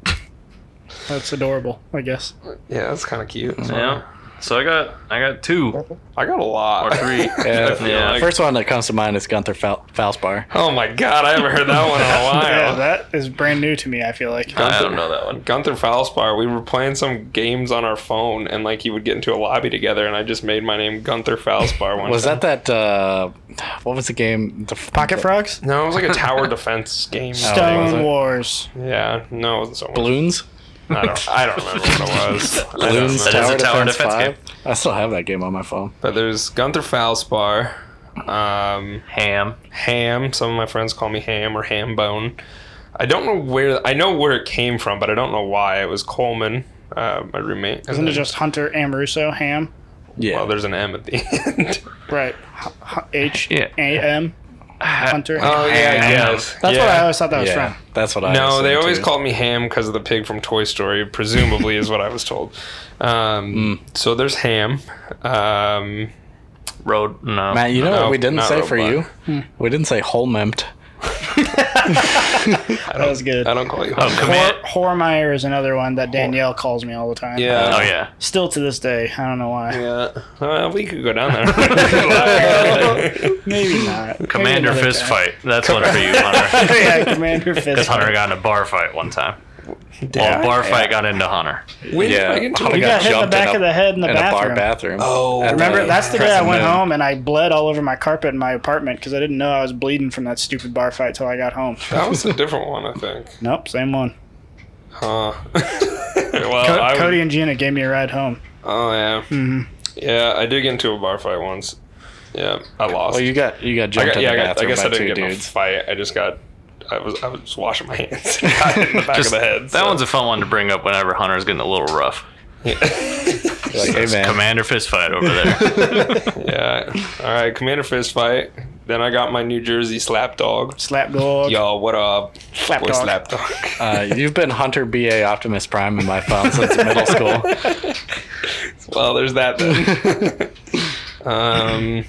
Speaker 4: That's adorable,
Speaker 1: [LAUGHS]
Speaker 4: I guess.
Speaker 1: Yeah, that's kind of cute.
Speaker 3: Yeah. So I got I got two
Speaker 1: I got a lot. [LAUGHS]
Speaker 3: or three.
Speaker 1: I feel
Speaker 3: Yeah.
Speaker 1: like-
Speaker 2: First one that comes to mind is Gunther Fal- Falsbar.
Speaker 1: oh my god, I haven't heard that
Speaker 3: [LAUGHS]
Speaker 1: one in a while.
Speaker 4: [LAUGHS] Yeah, that is brand new to me. I feel like.
Speaker 3: I don't know that one.
Speaker 1: Gunther Falspar, we were playing some games on our phone, and like he would get into a lobby together, and I just made my name Gunther Falspar one.
Speaker 2: [LAUGHS] Was
Speaker 1: time.
Speaker 2: that that? Uh, what was the game? The
Speaker 4: Pocket frogs.
Speaker 1: No, Oh, it was like a tower [LAUGHS] defense game. Oh.
Speaker 2: was
Speaker 4: Stone
Speaker 2: it?
Speaker 4: Wars.
Speaker 1: Yeah, no, it wasn't so much.
Speaker 2: balloons.
Speaker 1: I don't, I don't remember what it was. I don't
Speaker 2: Balloons.
Speaker 1: remember.
Speaker 3: That is a tower defense
Speaker 2: I still have that game on my phone.
Speaker 1: But there's Gunther Falspar, um,
Speaker 3: Ham.
Speaker 1: Ham. Some of my friends call me Ham or Hambone. I don't know where. I know where it came from, but I don't know why. It was Coleman, uh, my roommate. and
Speaker 4: Isn't it
Speaker 1: then-
Speaker 4: just Hunter Amoruso Ham?
Speaker 2: Yeah.
Speaker 1: Well, there's an M at the [LAUGHS] end.
Speaker 4: Right. H- H- H
Speaker 3: Yeah.
Speaker 4: A M.
Speaker 3: [LAUGHS]
Speaker 4: Hunter.
Speaker 1: oh yeah, I
Speaker 3: Ham.
Speaker 1: guess.
Speaker 4: That's
Speaker 1: yeah.
Speaker 4: what I always thought that was
Speaker 2: yeah,
Speaker 4: from.
Speaker 2: that's what I.
Speaker 1: No, they
Speaker 2: assumed,
Speaker 1: always
Speaker 2: too.
Speaker 1: called me Ham because of the pig from Toy Story. Presumably, is what I was told. Um,
Speaker 2: Hmm.
Speaker 1: So there's Ham. Um,
Speaker 3: Road. No.
Speaker 2: Matt, you know
Speaker 1: No,
Speaker 2: what we didn't
Speaker 1: not
Speaker 2: say for you?
Speaker 1: robot.
Speaker 2: We didn't say Holmempt.
Speaker 4: That was good.
Speaker 1: I don't call you.
Speaker 3: Oh,
Speaker 1: Ham.
Speaker 3: commit.
Speaker 4: Hormeyer is another one that Danielle calls me all the time.
Speaker 1: Yeah.
Speaker 3: Oh yeah.
Speaker 4: Still to this day, I don't know why.
Speaker 1: Yeah. Uh, we could go down
Speaker 2: [LAUGHS]
Speaker 1: there.
Speaker 4: Maybe not. Maybe
Speaker 3: [LAUGHS] Commander
Speaker 4: another
Speaker 3: fist
Speaker 4: time.
Speaker 3: fight. That's one for you, [LAUGHS] Hunter.
Speaker 4: [LAUGHS] yeah, Commander Fist.
Speaker 3: Because Hunter got in a bar fight one time. Well, a bar fight got into Hunter.
Speaker 1: When
Speaker 2: Yeah.
Speaker 1: fucking
Speaker 2: Oh,
Speaker 1: told
Speaker 4: You
Speaker 1: me-
Speaker 2: got
Speaker 4: got hit in the
Speaker 2: jumped in
Speaker 4: back
Speaker 2: a-
Speaker 4: of the head in the
Speaker 2: in a bar
Speaker 4: bathroom.
Speaker 2: bathroom.
Speaker 1: Oh.
Speaker 2: At
Speaker 4: Remember, that's the day I
Speaker 1: Crescent
Speaker 4: went
Speaker 1: Moon.
Speaker 4: home and I bled all over my carpet in my apartment because I didn't know I was bleeding from that stupid bar fight till I got home.
Speaker 1: That was a different one, I think.
Speaker 4: Nope, same one.
Speaker 1: Huh. [LAUGHS] well,
Speaker 4: Co-
Speaker 1: I would-
Speaker 4: Cody and Gina gave me a ride home.
Speaker 1: Oh yeah.
Speaker 4: Mm-hmm.
Speaker 1: Yeah, I did get into a bar fight once. Yeah, I lost.
Speaker 2: Well, you got you got
Speaker 1: I
Speaker 2: jumped
Speaker 1: got, yeah, I,
Speaker 2: in the
Speaker 1: got, I
Speaker 2: bathroom
Speaker 1: guess I
Speaker 2: by
Speaker 1: didn't
Speaker 2: two
Speaker 1: get in a
Speaker 2: dudes.
Speaker 1: fight. I just got. I was I was just washing my [LAUGHS]
Speaker 2: [LAUGHS]
Speaker 1: hands. Got hit in the back
Speaker 3: Just-
Speaker 1: of the head.
Speaker 3: That one's a fun one to bring up whenever Hunter's getting a little rough.
Speaker 2: Like, hey man,
Speaker 3: Commander fist fight over there.
Speaker 2: [LAUGHS]
Speaker 4: [LAUGHS]
Speaker 1: Yeah. All right, Commander Fist fight. Then I got my New Jersey slap dog.
Speaker 4: Slap dog.
Speaker 1: Yo, what up?
Speaker 4: Slap
Speaker 1: Boy,
Speaker 4: dog.
Speaker 1: slap
Speaker 4: [LAUGHS]
Speaker 1: dog.
Speaker 2: uh, you've been Hunter BA Optimus Prime in my phone since middle school.
Speaker 1: [LAUGHS] well, there's that
Speaker 4: [LAUGHS]
Speaker 1: then. um,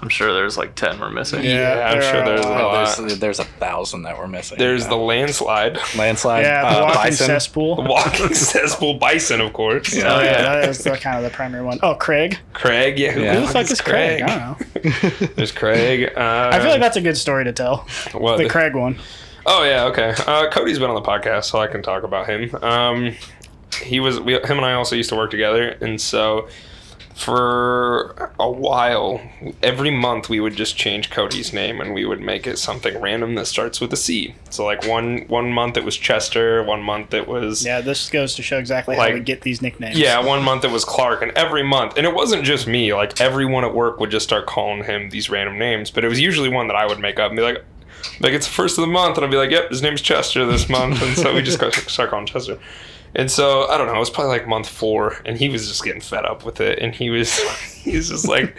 Speaker 3: I'm sure there's like ten we're missing.
Speaker 1: yeah, I'm
Speaker 4: there
Speaker 1: sure
Speaker 4: are a
Speaker 1: there's a
Speaker 4: lot.
Speaker 1: lot.
Speaker 2: Oh, there's, there's a thousand that we're missing.
Speaker 1: There's
Speaker 2: Uh,
Speaker 1: the
Speaker 4: [LAUGHS]
Speaker 1: landslide.
Speaker 2: landslide.
Speaker 4: Yeah, the
Speaker 2: uh,
Speaker 4: walking
Speaker 2: bison.
Speaker 1: The
Speaker 4: cesspool.
Speaker 1: walking cesspool bison, of course.
Speaker 4: Oh yeah, that is the kind of the primary one. Oh, Craig.
Speaker 1: Craig, yeah. Who
Speaker 2: Yeah.
Speaker 4: Who the fuck is Craig? I don't know.
Speaker 1: There's Craig. Uh,
Speaker 4: I feel like that's a good story to tell.
Speaker 1: what,
Speaker 4: The Craig one.
Speaker 1: Oh yeah, okay. Uh, Cody's been on the podcast, so I can talk about him. Um, he was we, him and I also used to work together, and so for a while, every month we would just change Cody's name, and we would make it something random that starts with a C. So like one one month it was Chester, one month it was
Speaker 4: Yeah, this goes to show exactly how
Speaker 1: Like-
Speaker 4: we get these nicknames.
Speaker 1: yeah, one month it was Clark, and every month, and it wasn't just me. Like everyone at work would just start calling him these random names, but it was usually one that I would make up and be like, like it's the first of the month, and I'd be like, yep, his name's Chester this month, and so we just go- start calling Chester. And so I don't know, it was probably like month four, and he was just getting fed up with it, and he was, [LAUGHS] he was just like.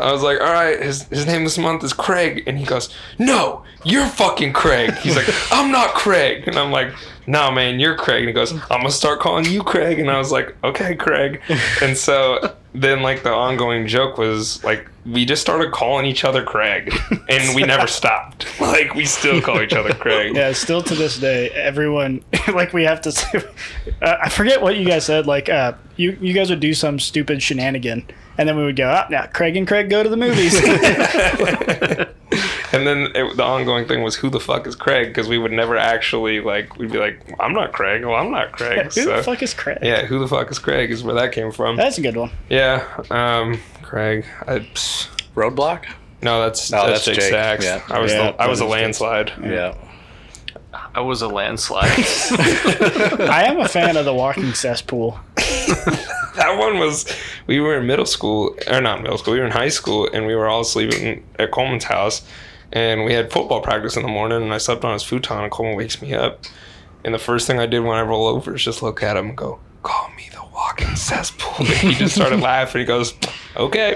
Speaker 1: I was like, all right, his, his name this month is Craig. And he goes, no, you're fucking Craig. He's like, [LAUGHS] I'm not Craig. And I'm like, no, man, you're Craig. And he goes, I'm going to start calling you Craig. And I was like, okay, Craig. And so then, like, the ongoing joke was like, we just started calling each other Craig. And we never stopped. Like, we still call each other Craig.
Speaker 4: Yeah, still to this day, everyone [LAUGHS] like we have to. Say, uh, I forget what you guys said. Like, uh, you you guys would do some stupid shenanigan, and then we would go, "Ah, now Craig and Craig go to the [LAUGHS] movies."
Speaker 1: And then it, the ongoing thing was, who the fuck is Craig? Because we would never actually, like, we'd be like, I'm not Craig. Well, I'm not Craig.
Speaker 4: [LAUGHS] Who
Speaker 1: So-
Speaker 4: the fuck is Craig?
Speaker 1: Yeah, who the fuck is Craig is where that came from.
Speaker 4: That's a good one.
Speaker 1: Yeah, um, Craig. I, pss,
Speaker 2: [LAUGHS] Roadblock.
Speaker 1: no, that's
Speaker 2: No,
Speaker 1: that's,
Speaker 2: that's
Speaker 1: Jake,
Speaker 2: Jake,
Speaker 1: Sachs.
Speaker 2: yeah.
Speaker 1: I was
Speaker 4: Yeah,
Speaker 1: the, I was
Speaker 4: that
Speaker 1: a
Speaker 4: is Jake.
Speaker 1: landslide.
Speaker 2: Yeah.
Speaker 3: I was a landslide.
Speaker 2: [LAUGHS]
Speaker 4: I am a fan of the walking cesspool.
Speaker 1: that one was we were in middle school or not middle school we were in high school and we were all sleeping at coleman's house and we had football practice in the morning and i slept on his futon and coleman wakes me up and the first thing i did when i roll over is just look at him and go call me the walking cesspool [LAUGHS] and he just started laughing he goes okay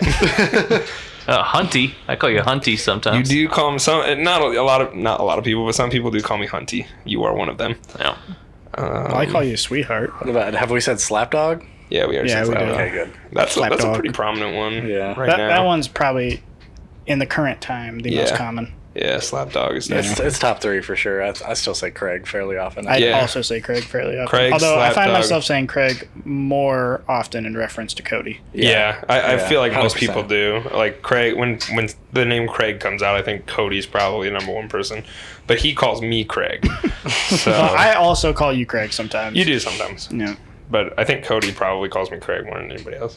Speaker 3: Uh, Hunty. I call you Hunty
Speaker 1: you
Speaker 3: sometimes.
Speaker 1: do call him some and not a, a lot of not a lot of people but some people do call me hunty you are one of them
Speaker 3: Yeah.
Speaker 1: um,
Speaker 4: Oh, I call you sweetheart.
Speaker 2: What about have we said slapdog?
Speaker 1: yeah we are
Speaker 4: Yeah,
Speaker 1: since
Speaker 4: we
Speaker 1: I
Speaker 4: do.
Speaker 1: don't know.
Speaker 2: Okay, good.
Speaker 1: that's a, that's a
Speaker 4: Slapdog.
Speaker 1: pretty prominent one
Speaker 2: Yeah.
Speaker 1: right
Speaker 4: That,
Speaker 1: now
Speaker 4: that one's probably in the current time the most
Speaker 1: Yeah.
Speaker 4: common.
Speaker 1: yeah slapdog is that
Speaker 2: It's, it's top three for sure. I, I still say Craig fairly often.
Speaker 4: I
Speaker 1: Yeah.
Speaker 4: also say Craig fairly often.
Speaker 1: Craig,
Speaker 4: Although I find
Speaker 1: Slapdog.
Speaker 4: myself saying Craig more often in reference to Cody.
Speaker 1: Yeah, I, I
Speaker 2: Yeah,
Speaker 1: feel like most
Speaker 2: 100%.
Speaker 1: people do. Like Craig, when when the name Craig comes out, I think Cody's probably the number one person, but he calls me Craig.
Speaker 4: [LAUGHS]
Speaker 1: so
Speaker 4: Well, I also call you Craig sometimes.
Speaker 1: you do sometimes,
Speaker 4: Yeah.
Speaker 1: but I think Cody probably calls me Craig more than anybody else.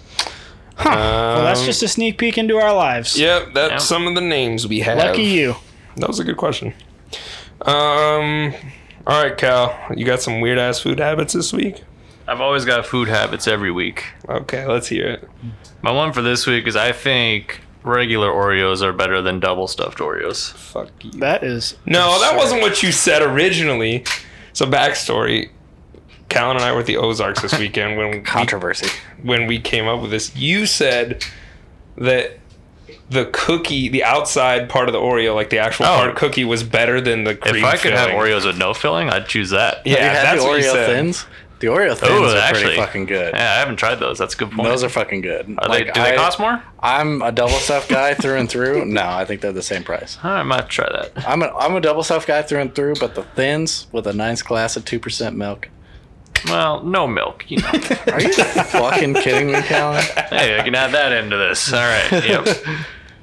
Speaker 4: Huh. well, that's
Speaker 1: Um,
Speaker 4: just a sneak peek into our lives.
Speaker 1: Yep, that's
Speaker 3: Yeah.
Speaker 1: some of the names we have.
Speaker 4: Lucky you.
Speaker 1: That was a good question. Um, all right, Cal, you got some weird ass food habits this week.
Speaker 3: I've always got food habits every week.
Speaker 1: Okay, let's hear it.
Speaker 3: My one for this week is I think regular Oreos are better than double stuffed Oreos.
Speaker 1: Fuck you.
Speaker 4: That is
Speaker 1: No, that wasn't what you said originally. So backstory. Callan and I were at the Ozarks this weekend when we,
Speaker 2: Controversy.
Speaker 1: when we came up with this. You said that the cookie, the outside part of the Oreo, like the actual
Speaker 3: Oh.
Speaker 1: hard cookie, was better than the cream.
Speaker 3: if I could have
Speaker 1: filling.
Speaker 3: Oreos with no filling, I'd choose that.
Speaker 1: yeah,
Speaker 2: Have you had
Speaker 1: that's
Speaker 2: the
Speaker 1: what you
Speaker 2: Oreo
Speaker 1: said.
Speaker 2: thins? The Oreo thins
Speaker 3: Ooh,
Speaker 2: are
Speaker 3: actually.
Speaker 2: pretty fucking good.
Speaker 3: Yeah, I haven't tried those. That's a good point.
Speaker 2: Those are fucking good.
Speaker 3: Are they,
Speaker 2: Like,
Speaker 3: do they
Speaker 2: I-
Speaker 3: cost more?
Speaker 2: I'm a double stuff guy through and
Speaker 3: [LAUGHS]
Speaker 2: through. No, I think they're the same price.
Speaker 3: I might try that.
Speaker 2: I'm a, I'm a double stuff guy through and through, but the thins with a nice glass of two percent milk.
Speaker 3: Well, no milk. You know.
Speaker 2: Are you fucking kidding me, Callan?
Speaker 3: hey, I can add that into this. All
Speaker 4: [LAUGHS]
Speaker 3: right. Yep.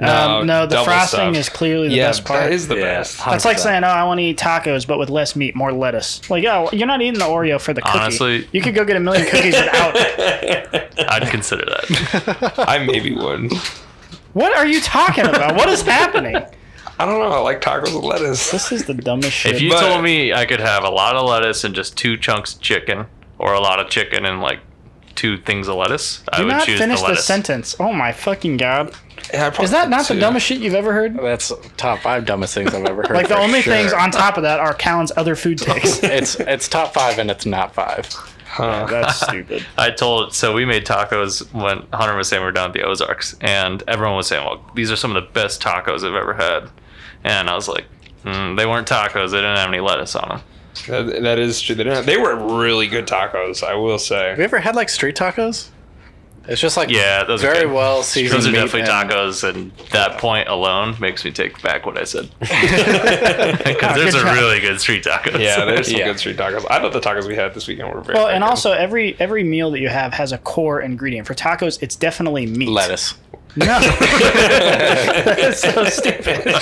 Speaker 1: No,
Speaker 4: um, no. The
Speaker 1: double
Speaker 4: frosting
Speaker 1: stuffed.
Speaker 4: is clearly the
Speaker 1: yeah,
Speaker 4: best part.
Speaker 1: that is the
Speaker 2: [LAUGHS] Yeah.
Speaker 1: best.
Speaker 4: That's like
Speaker 2: 100%.
Speaker 4: saying, "Oh, I want to eat tacos, but with less meat, more lettuce." Like, oh, you're not eating the Oreo for the cookie.
Speaker 3: Honestly-
Speaker 4: you could go get a million cookies without.
Speaker 1: [LAUGHS]
Speaker 4: it.
Speaker 3: I'd consider that.
Speaker 1: I maybe would.
Speaker 4: What are you talking about? What is happening?
Speaker 1: I don't know. I like tacos with lettuce.
Speaker 4: This is the dumbest shit.
Speaker 3: If you
Speaker 1: But-
Speaker 3: told me I could have a lot of lettuce and just two chunks of chicken, or a lot of chicken and like two things of lettuce, I
Speaker 4: Do
Speaker 3: would
Speaker 4: not
Speaker 3: choose
Speaker 4: finish
Speaker 3: the
Speaker 4: the,
Speaker 3: lettuce.
Speaker 4: sentence. Oh my fucking god!
Speaker 1: Yeah, I probably
Speaker 4: Is that
Speaker 1: would
Speaker 4: not the
Speaker 1: too.
Speaker 4: dumbest shit you've ever heard?
Speaker 2: [LAUGHS] That's top five dumbest things I've ever heard.
Speaker 4: Like the
Speaker 2: for
Speaker 4: only
Speaker 2: sure.
Speaker 4: things on top of that are Callan's
Speaker 1: [LAUGHS]
Speaker 4: other food takes.
Speaker 2: It's it's top five and it's not five.
Speaker 1: Huh.
Speaker 4: That's stupid.
Speaker 3: I told so we made tacos when Hunter was saying we were down at the Ozarks, and everyone was saying, "Well, these are some of the best tacos I've ever had," and I was like, mm, "They weren't tacos; they didn't have any lettuce on them."
Speaker 1: That, that is true. They, didn't- they were really good tacos. I will say.
Speaker 2: Have you ever had like street tacos? It's just like
Speaker 3: Yeah, those are
Speaker 2: very
Speaker 3: good.
Speaker 2: well seasoned.
Speaker 3: Those are
Speaker 2: meat
Speaker 3: definitely
Speaker 2: and-
Speaker 3: tacos, and that point alone makes me take back what
Speaker 2: [LAUGHS]
Speaker 3: I said [LAUGHS] because there's
Speaker 4: good
Speaker 3: a
Speaker 4: try.
Speaker 3: really good street tacos.
Speaker 1: Yeah, there's some
Speaker 2: Yeah.
Speaker 1: good street tacos. I thought the tacos we had this weekend were very
Speaker 4: Well,
Speaker 1: very
Speaker 4: and
Speaker 1: good.
Speaker 4: also every every meal that you have has a core ingredient. For tacos, it's definitely meat.
Speaker 2: Lettuce.
Speaker 1: [LAUGHS]
Speaker 4: No, that's so stupid.
Speaker 3: [LAUGHS]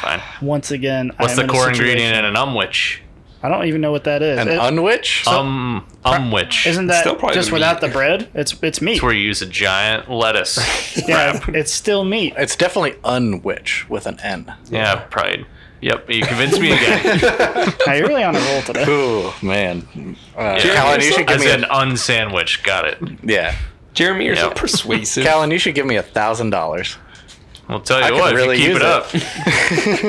Speaker 3: Fine.
Speaker 4: Once again,
Speaker 3: What's
Speaker 4: I am in a
Speaker 3: the core
Speaker 4: situation-
Speaker 3: ingredient in an um umwich?
Speaker 4: I don't even know what that is.
Speaker 2: An
Speaker 4: It-
Speaker 2: unwich?
Speaker 3: Um, umwich.
Speaker 4: Isn't
Speaker 1: It's
Speaker 4: that
Speaker 1: still probably
Speaker 4: just
Speaker 1: the
Speaker 4: without
Speaker 1: meat.
Speaker 4: the bread? It's it's meat.
Speaker 3: It's where you use a giant
Speaker 4: [LAUGHS]
Speaker 3: lettuce.
Speaker 4: yeah, it's- it's still meat.
Speaker 2: it's definitely unwich with an N.
Speaker 3: yeah, pride. Yep, you convinced me again.
Speaker 2: [LAUGHS]
Speaker 4: Now, you're really on a
Speaker 1: [LAUGHS]
Speaker 4: roll today.
Speaker 2: Ooh, man. Uh,
Speaker 3: Yeah.
Speaker 2: Callan, you should give
Speaker 3: As uh,
Speaker 2: me
Speaker 3: an
Speaker 2: a,
Speaker 3: unsandwich. Got it.
Speaker 2: yeah.
Speaker 1: Jeremy, you're so
Speaker 3: Yeah.
Speaker 1: persuasive.
Speaker 2: Callan, you should give me a thousand dollars.
Speaker 3: Well, tell
Speaker 2: I
Speaker 3: you
Speaker 2: could
Speaker 3: what, if
Speaker 2: really
Speaker 3: you keep
Speaker 2: use
Speaker 3: it,
Speaker 2: it.
Speaker 3: up.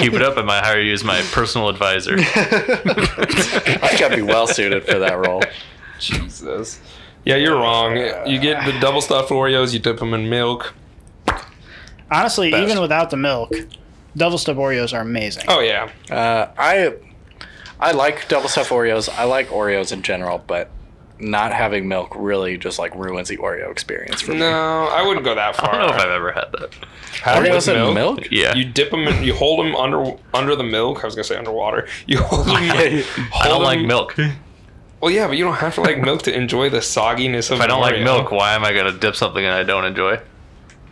Speaker 2: [LAUGHS]
Speaker 3: keep it up, I might hire you as my personal advisor.
Speaker 2: I think I'd be well suited for that role.
Speaker 1: Jesus. Yeah, you're wrong. You get the double stuffed Oreos. You dip them in milk.
Speaker 4: Honestly,
Speaker 2: Best.
Speaker 4: even without the milk, double stuffed Oreos are amazing.
Speaker 1: Oh yeah,
Speaker 2: Uh, I I like double stuffed Oreos. I like Oreos in general, but not having milk really just like ruins the Oreo experience for me.
Speaker 1: no, I wouldn't go that
Speaker 3: I
Speaker 1: far.
Speaker 3: don't know if I've ever had that.
Speaker 1: Have it with
Speaker 2: Oreos in milk?
Speaker 3: Yeah.
Speaker 1: You dip them. In, you hold them under under the milk. I was gonna say underwater. [LAUGHS] You hold them.
Speaker 3: [LAUGHS] I don't like milk. If
Speaker 1: Well, yeah, but you don't have to like milk to enjoy the sogginess of.
Speaker 3: I don't like milk, why am I going to dip something that I don't enjoy?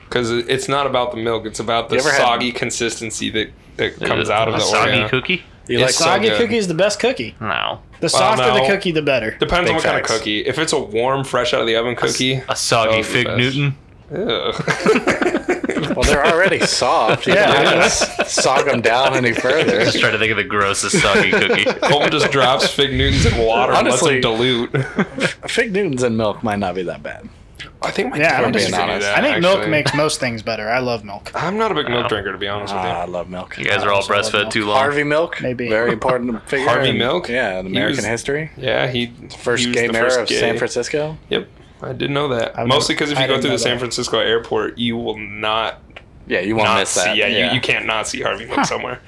Speaker 1: because it's not about the milk. It's about the
Speaker 2: You ever had-
Speaker 1: soggy consistency that that comes out of
Speaker 3: a
Speaker 1: the
Speaker 3: soggy
Speaker 1: Oreo.
Speaker 3: cookie?
Speaker 2: You
Speaker 1: It's
Speaker 2: like
Speaker 1: so
Speaker 4: Soggy
Speaker 1: good.
Speaker 4: cookie is the best cookie.
Speaker 3: No.
Speaker 4: The softer
Speaker 1: no.
Speaker 4: the cookie, the better.
Speaker 1: Depends
Speaker 2: Big
Speaker 1: on what kind
Speaker 2: facts. [LAUGHS]
Speaker 1: of cookie. If it's a warm, fresh out of the oven cookie,
Speaker 3: A soggy
Speaker 1: those are the
Speaker 3: fig
Speaker 1: best.
Speaker 3: Newton?
Speaker 2: Well, they're already soft. You
Speaker 4: Yeah.
Speaker 2: don't want to sog them down any further.
Speaker 3: Just trying to think of the grossest soggy cookie.
Speaker 1: [LAUGHS] Colton just drops fig Newtons in water
Speaker 2: Honestly-
Speaker 1: and
Speaker 4: [LAUGHS]
Speaker 1: lets them dilute.
Speaker 2: Fig Newtons and milk might not be that bad.
Speaker 1: I think my
Speaker 4: Yeah,
Speaker 1: dad
Speaker 4: I'm
Speaker 1: used
Speaker 2: being
Speaker 1: to do
Speaker 2: honest.
Speaker 1: that,
Speaker 4: I think milk
Speaker 1: actually.
Speaker 4: makes most things better. I love milk.
Speaker 1: I'm not a big milk drinker, to be honest with you.
Speaker 2: Ah, I love milk. Uh,
Speaker 3: You guys are all breastfed too long.
Speaker 2: Harvey Milk,
Speaker 4: Maybe.
Speaker 2: very
Speaker 1: [LAUGHS]
Speaker 2: important figure.
Speaker 1: Harvey
Speaker 2: in-
Speaker 1: Milk?
Speaker 2: yeah, in
Speaker 1: He
Speaker 2: American
Speaker 1: was-
Speaker 2: history.
Speaker 1: Yeah, he
Speaker 2: First
Speaker 1: he was
Speaker 2: gay
Speaker 1: the
Speaker 2: mayor
Speaker 1: first
Speaker 2: of
Speaker 1: gay-
Speaker 2: San Francisco.
Speaker 1: Yep, I did know that.
Speaker 4: I've
Speaker 1: Mostly
Speaker 4: never-
Speaker 1: because if
Speaker 4: I
Speaker 1: you go
Speaker 4: didn't
Speaker 1: through
Speaker 4: know
Speaker 1: the San
Speaker 4: that.
Speaker 1: Francisco airport, you will not
Speaker 2: Yeah, you won't
Speaker 1: not
Speaker 2: miss
Speaker 1: see.
Speaker 2: that.
Speaker 1: Yeah, You, you can't not see Harvey Milk somewhere.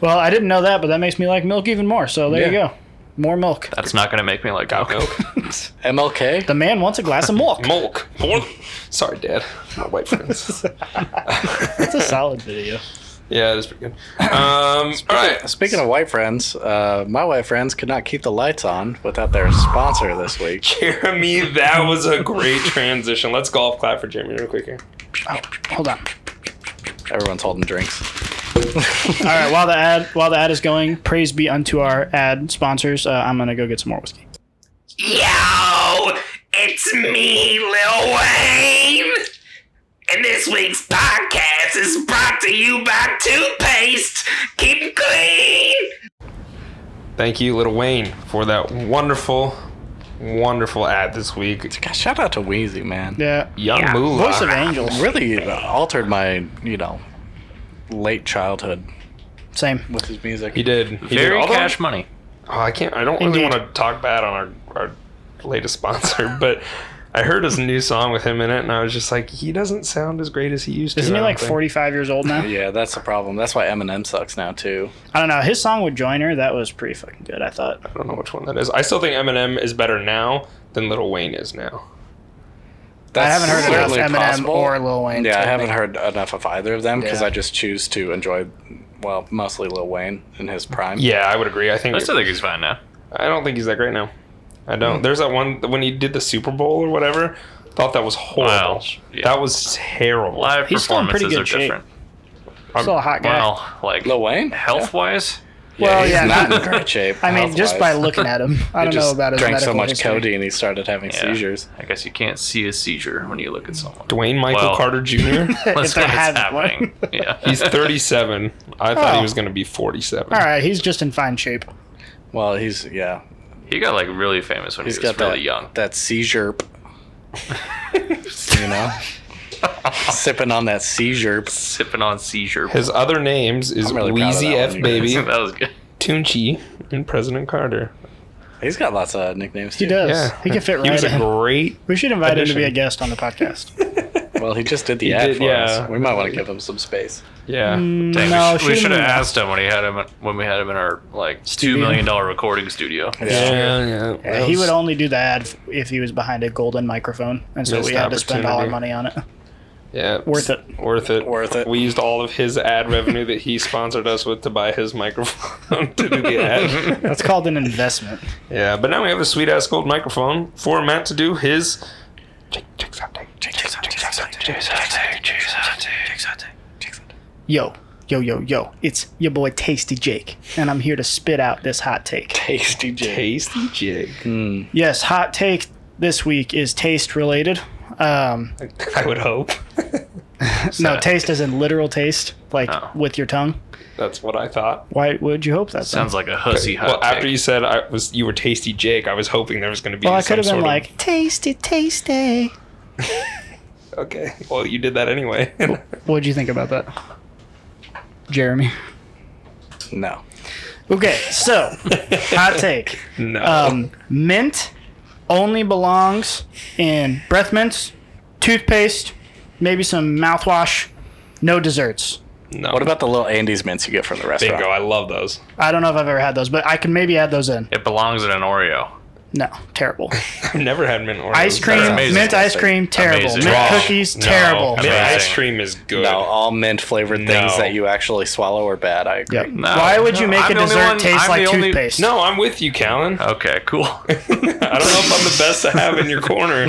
Speaker 4: Well, I didn't know that, but that makes me like milk even more. So there you
Speaker 2: Yeah.
Speaker 4: go. More milk.
Speaker 3: That's not going to make me like
Speaker 1: Got
Speaker 3: milk.
Speaker 1: milk,
Speaker 2: MLK.
Speaker 4: The man wants a glass of milk.
Speaker 1: milk. Milk. Sorry, Dad. My white
Speaker 4: [LAUGHS]
Speaker 1: friends. [LAUGHS]
Speaker 4: That's a solid video.
Speaker 1: yeah, that's pretty good. Um, all right.
Speaker 2: Speaking of white friends, uh, my white friends could not keep the lights on without their sponsor this week.
Speaker 1: Jeremy, that was a great transition. Let's golf clap for Jeremy real quick here.
Speaker 4: Oh, Hold on.
Speaker 2: Everyone's holding drinks.
Speaker 4: All right, while the ad while the ad is going, praise be unto our ad sponsors. Uh, I'm gonna go get some more whiskey.
Speaker 5: Yo, it's me, Lil Wayne. And this week's podcast is brought to you by Toothpaste. Keep it clean.
Speaker 1: Thank you, Little Wayne, for that wonderful, wonderful ad this week.
Speaker 2: God, shout out to Wheezy, man.
Speaker 4: Yeah.
Speaker 1: Young
Speaker 5: Yeah,
Speaker 1: Moolah.
Speaker 4: Voice of Angels.
Speaker 2: Really uh, altered my, you know, late childhood
Speaker 4: Same.
Speaker 2: with his music.
Speaker 1: He did. He did.
Speaker 3: Very
Speaker 1: Although-
Speaker 3: cash money.
Speaker 1: Oh, I can't. I don't really
Speaker 4: Indeed.
Speaker 1: want to talk bad on our, our latest sponsor, [LAUGHS] but I heard his new song with him in it, and I was just like, he doesn't sound as great as he used to.
Speaker 4: Isn't
Speaker 1: I
Speaker 4: he
Speaker 1: don't
Speaker 4: like
Speaker 1: think.
Speaker 4: 45 years old now?
Speaker 2: Yeah, that's the problem. That's why Eminem sucks now too.
Speaker 4: I don't know. His song with Joyner, that was pretty fucking good, I thought.
Speaker 1: I don't know which one that is. I still think Eminem is better now than Little Wayne is now.
Speaker 2: That's
Speaker 4: I haven't heard enough
Speaker 2: certainly
Speaker 4: Eminem
Speaker 2: possible.
Speaker 4: or Lil Wayne.
Speaker 2: Yeah, I
Speaker 4: to
Speaker 2: haven't
Speaker 4: make-
Speaker 2: heard enough of either of them because
Speaker 4: Yeah.
Speaker 2: I just choose to enjoy, well, mostly Lil Wayne in his prime.
Speaker 1: Yeah, I would agree. I think.
Speaker 3: I still think he's fine now.
Speaker 1: I don't think he's that great now. I
Speaker 4: Hmm.
Speaker 1: don't. There's that one when he did the Super Bowl or whatever. Thought that was horrible.
Speaker 3: Wow. Yeah.
Speaker 1: That was terrible. Um,
Speaker 3: Live
Speaker 4: He's still in pretty
Speaker 3: performances
Speaker 4: good
Speaker 3: are
Speaker 4: shape.
Speaker 3: different.
Speaker 4: Still a hot guy.
Speaker 3: Well, like
Speaker 2: Lil Wayne.
Speaker 3: health wise,
Speaker 4: Well,
Speaker 2: he's
Speaker 4: yeah.
Speaker 2: not in great shape.
Speaker 4: [LAUGHS] I mean, just by
Speaker 2: health-wise.
Speaker 4: looking at him, I
Speaker 2: He
Speaker 4: don't know
Speaker 2: just
Speaker 4: about his
Speaker 2: drank so
Speaker 4: medical
Speaker 2: much
Speaker 4: history.
Speaker 2: codeine, he started having seizures.
Speaker 3: I guess you can't see a seizure when you look at someone.
Speaker 1: Dwayne Michael
Speaker 3: Well.
Speaker 1: Carter
Speaker 3: [LAUGHS]
Speaker 1: Jr.
Speaker 3: That's
Speaker 4: they
Speaker 3: what is
Speaker 4: haven't won.
Speaker 3: happening. Yeah. [LAUGHS]
Speaker 1: he's 37. I thought
Speaker 4: Oh.
Speaker 1: he was going to be 47.
Speaker 4: All right, he's just in fine shape.
Speaker 2: Well, he's yeah,
Speaker 3: he got like really famous when
Speaker 2: he's
Speaker 3: he was
Speaker 2: got
Speaker 3: really
Speaker 2: that
Speaker 3: young. [LAUGHS]
Speaker 2: that seizure.
Speaker 1: [LAUGHS]
Speaker 2: you know, sipping on that seizure.
Speaker 3: Sipping on seizure.
Speaker 1: His other names is
Speaker 2: I'm really proud of
Speaker 1: Wheezy
Speaker 2: that
Speaker 1: F
Speaker 2: one, you
Speaker 1: Baby,
Speaker 3: [LAUGHS] that was good.
Speaker 1: Tunchi, and President Carter.
Speaker 2: He's got lots of nicknames.
Speaker 4: He
Speaker 2: too.
Speaker 4: does.
Speaker 1: Yeah.
Speaker 4: He can fit
Speaker 1: He
Speaker 4: right
Speaker 1: was a
Speaker 4: in.
Speaker 1: great.
Speaker 4: we should invite him to be
Speaker 1: addition.
Speaker 4: a guest on the podcast.
Speaker 2: Well, he just did the
Speaker 1: He
Speaker 2: ad
Speaker 1: did,
Speaker 2: for
Speaker 1: yeah.
Speaker 2: us. We might want to give him some space.
Speaker 1: Yeah.
Speaker 3: Dang,
Speaker 4: no,
Speaker 3: we, sh- we
Speaker 4: shoot
Speaker 3: should have
Speaker 4: him.
Speaker 3: asked him when he had him when we had him in our like two million dollar recording studio.
Speaker 1: Yeah, yeah.
Speaker 4: Yeah, he would only do the ad f- if he was behind a golden microphone, and so
Speaker 1: Missed
Speaker 4: we had to spend all our money
Speaker 1: opportunity.
Speaker 4: on it.
Speaker 1: Yeah.
Speaker 4: Worth it.
Speaker 1: Worth it.
Speaker 2: Worth it.
Speaker 1: We used all of his ad revenue that he sponsored us with to buy his microphone to do the ad.
Speaker 4: That's called an investment.
Speaker 1: yeah, but now we have a sweet ass gold microphone for Matt to do his.
Speaker 4: Yo, yo, yo, yo! It's your boy Tasty Jake, and I'm here to spit out this hot take.
Speaker 2: Tasty J.
Speaker 1: Tasty jig.
Speaker 4: Yes, hot take this week is taste related. Um,
Speaker 1: I would hope.
Speaker 4: no, taste as in literal taste, like
Speaker 3: Oh.
Speaker 4: with your tongue.
Speaker 1: That's what I thought.
Speaker 4: Why would you hope that?
Speaker 3: Sounds like a hussy hot
Speaker 1: Well, after
Speaker 3: take.
Speaker 1: you said I was, you were Tasty Jake. I was hoping there was going to be.
Speaker 4: Well, I
Speaker 1: some
Speaker 4: could have
Speaker 1: sort
Speaker 4: been
Speaker 1: of-
Speaker 4: like tasty, tasty.
Speaker 1: Okay. Well, you did that anyway. [LAUGHS]
Speaker 4: What would you think about that, Jeremy?
Speaker 2: No.
Speaker 4: Okay, so
Speaker 3: [LAUGHS]
Speaker 4: hot take.
Speaker 1: no.
Speaker 4: Um, mint only belongs in breath mints, toothpaste, maybe some mouthwash, no desserts.
Speaker 1: no.
Speaker 2: What about the little Andes mints you get from the restaurant?
Speaker 1: Bingo! I love those. [LAUGHS]
Speaker 4: I don't know if I've ever had those, but I can maybe add those in.
Speaker 3: it belongs in an Oreo.
Speaker 4: No,
Speaker 3: [LAUGHS]
Speaker 4: terrible.
Speaker 1: I've never had mint Oreos.
Speaker 4: Ice cream,
Speaker 3: That's amazing.
Speaker 4: mint ice cream, terrible.
Speaker 3: Amazing.
Speaker 4: Mint
Speaker 3: Wrong.
Speaker 4: cookies,
Speaker 1: No,
Speaker 4: terrible.
Speaker 1: Mint
Speaker 3: Amazing.
Speaker 1: ice cream is good.
Speaker 2: No, all mint flavored things
Speaker 1: No.
Speaker 2: that you actually swallow are bad. I agree.
Speaker 4: Yep. Why would you
Speaker 3: No,
Speaker 4: make
Speaker 3: I'm
Speaker 4: a
Speaker 3: the only
Speaker 4: dessert
Speaker 3: one-
Speaker 4: taste
Speaker 3: I'm
Speaker 4: like
Speaker 3: the only-
Speaker 4: toothpaste?
Speaker 1: No, I'm with you,
Speaker 2: [LAUGHS]
Speaker 1: Callan.
Speaker 3: Okay,
Speaker 1: [LAUGHS]
Speaker 3: cool.
Speaker 1: I don't know if I'm the best to have in your
Speaker 4: [LAUGHS]
Speaker 1: corner,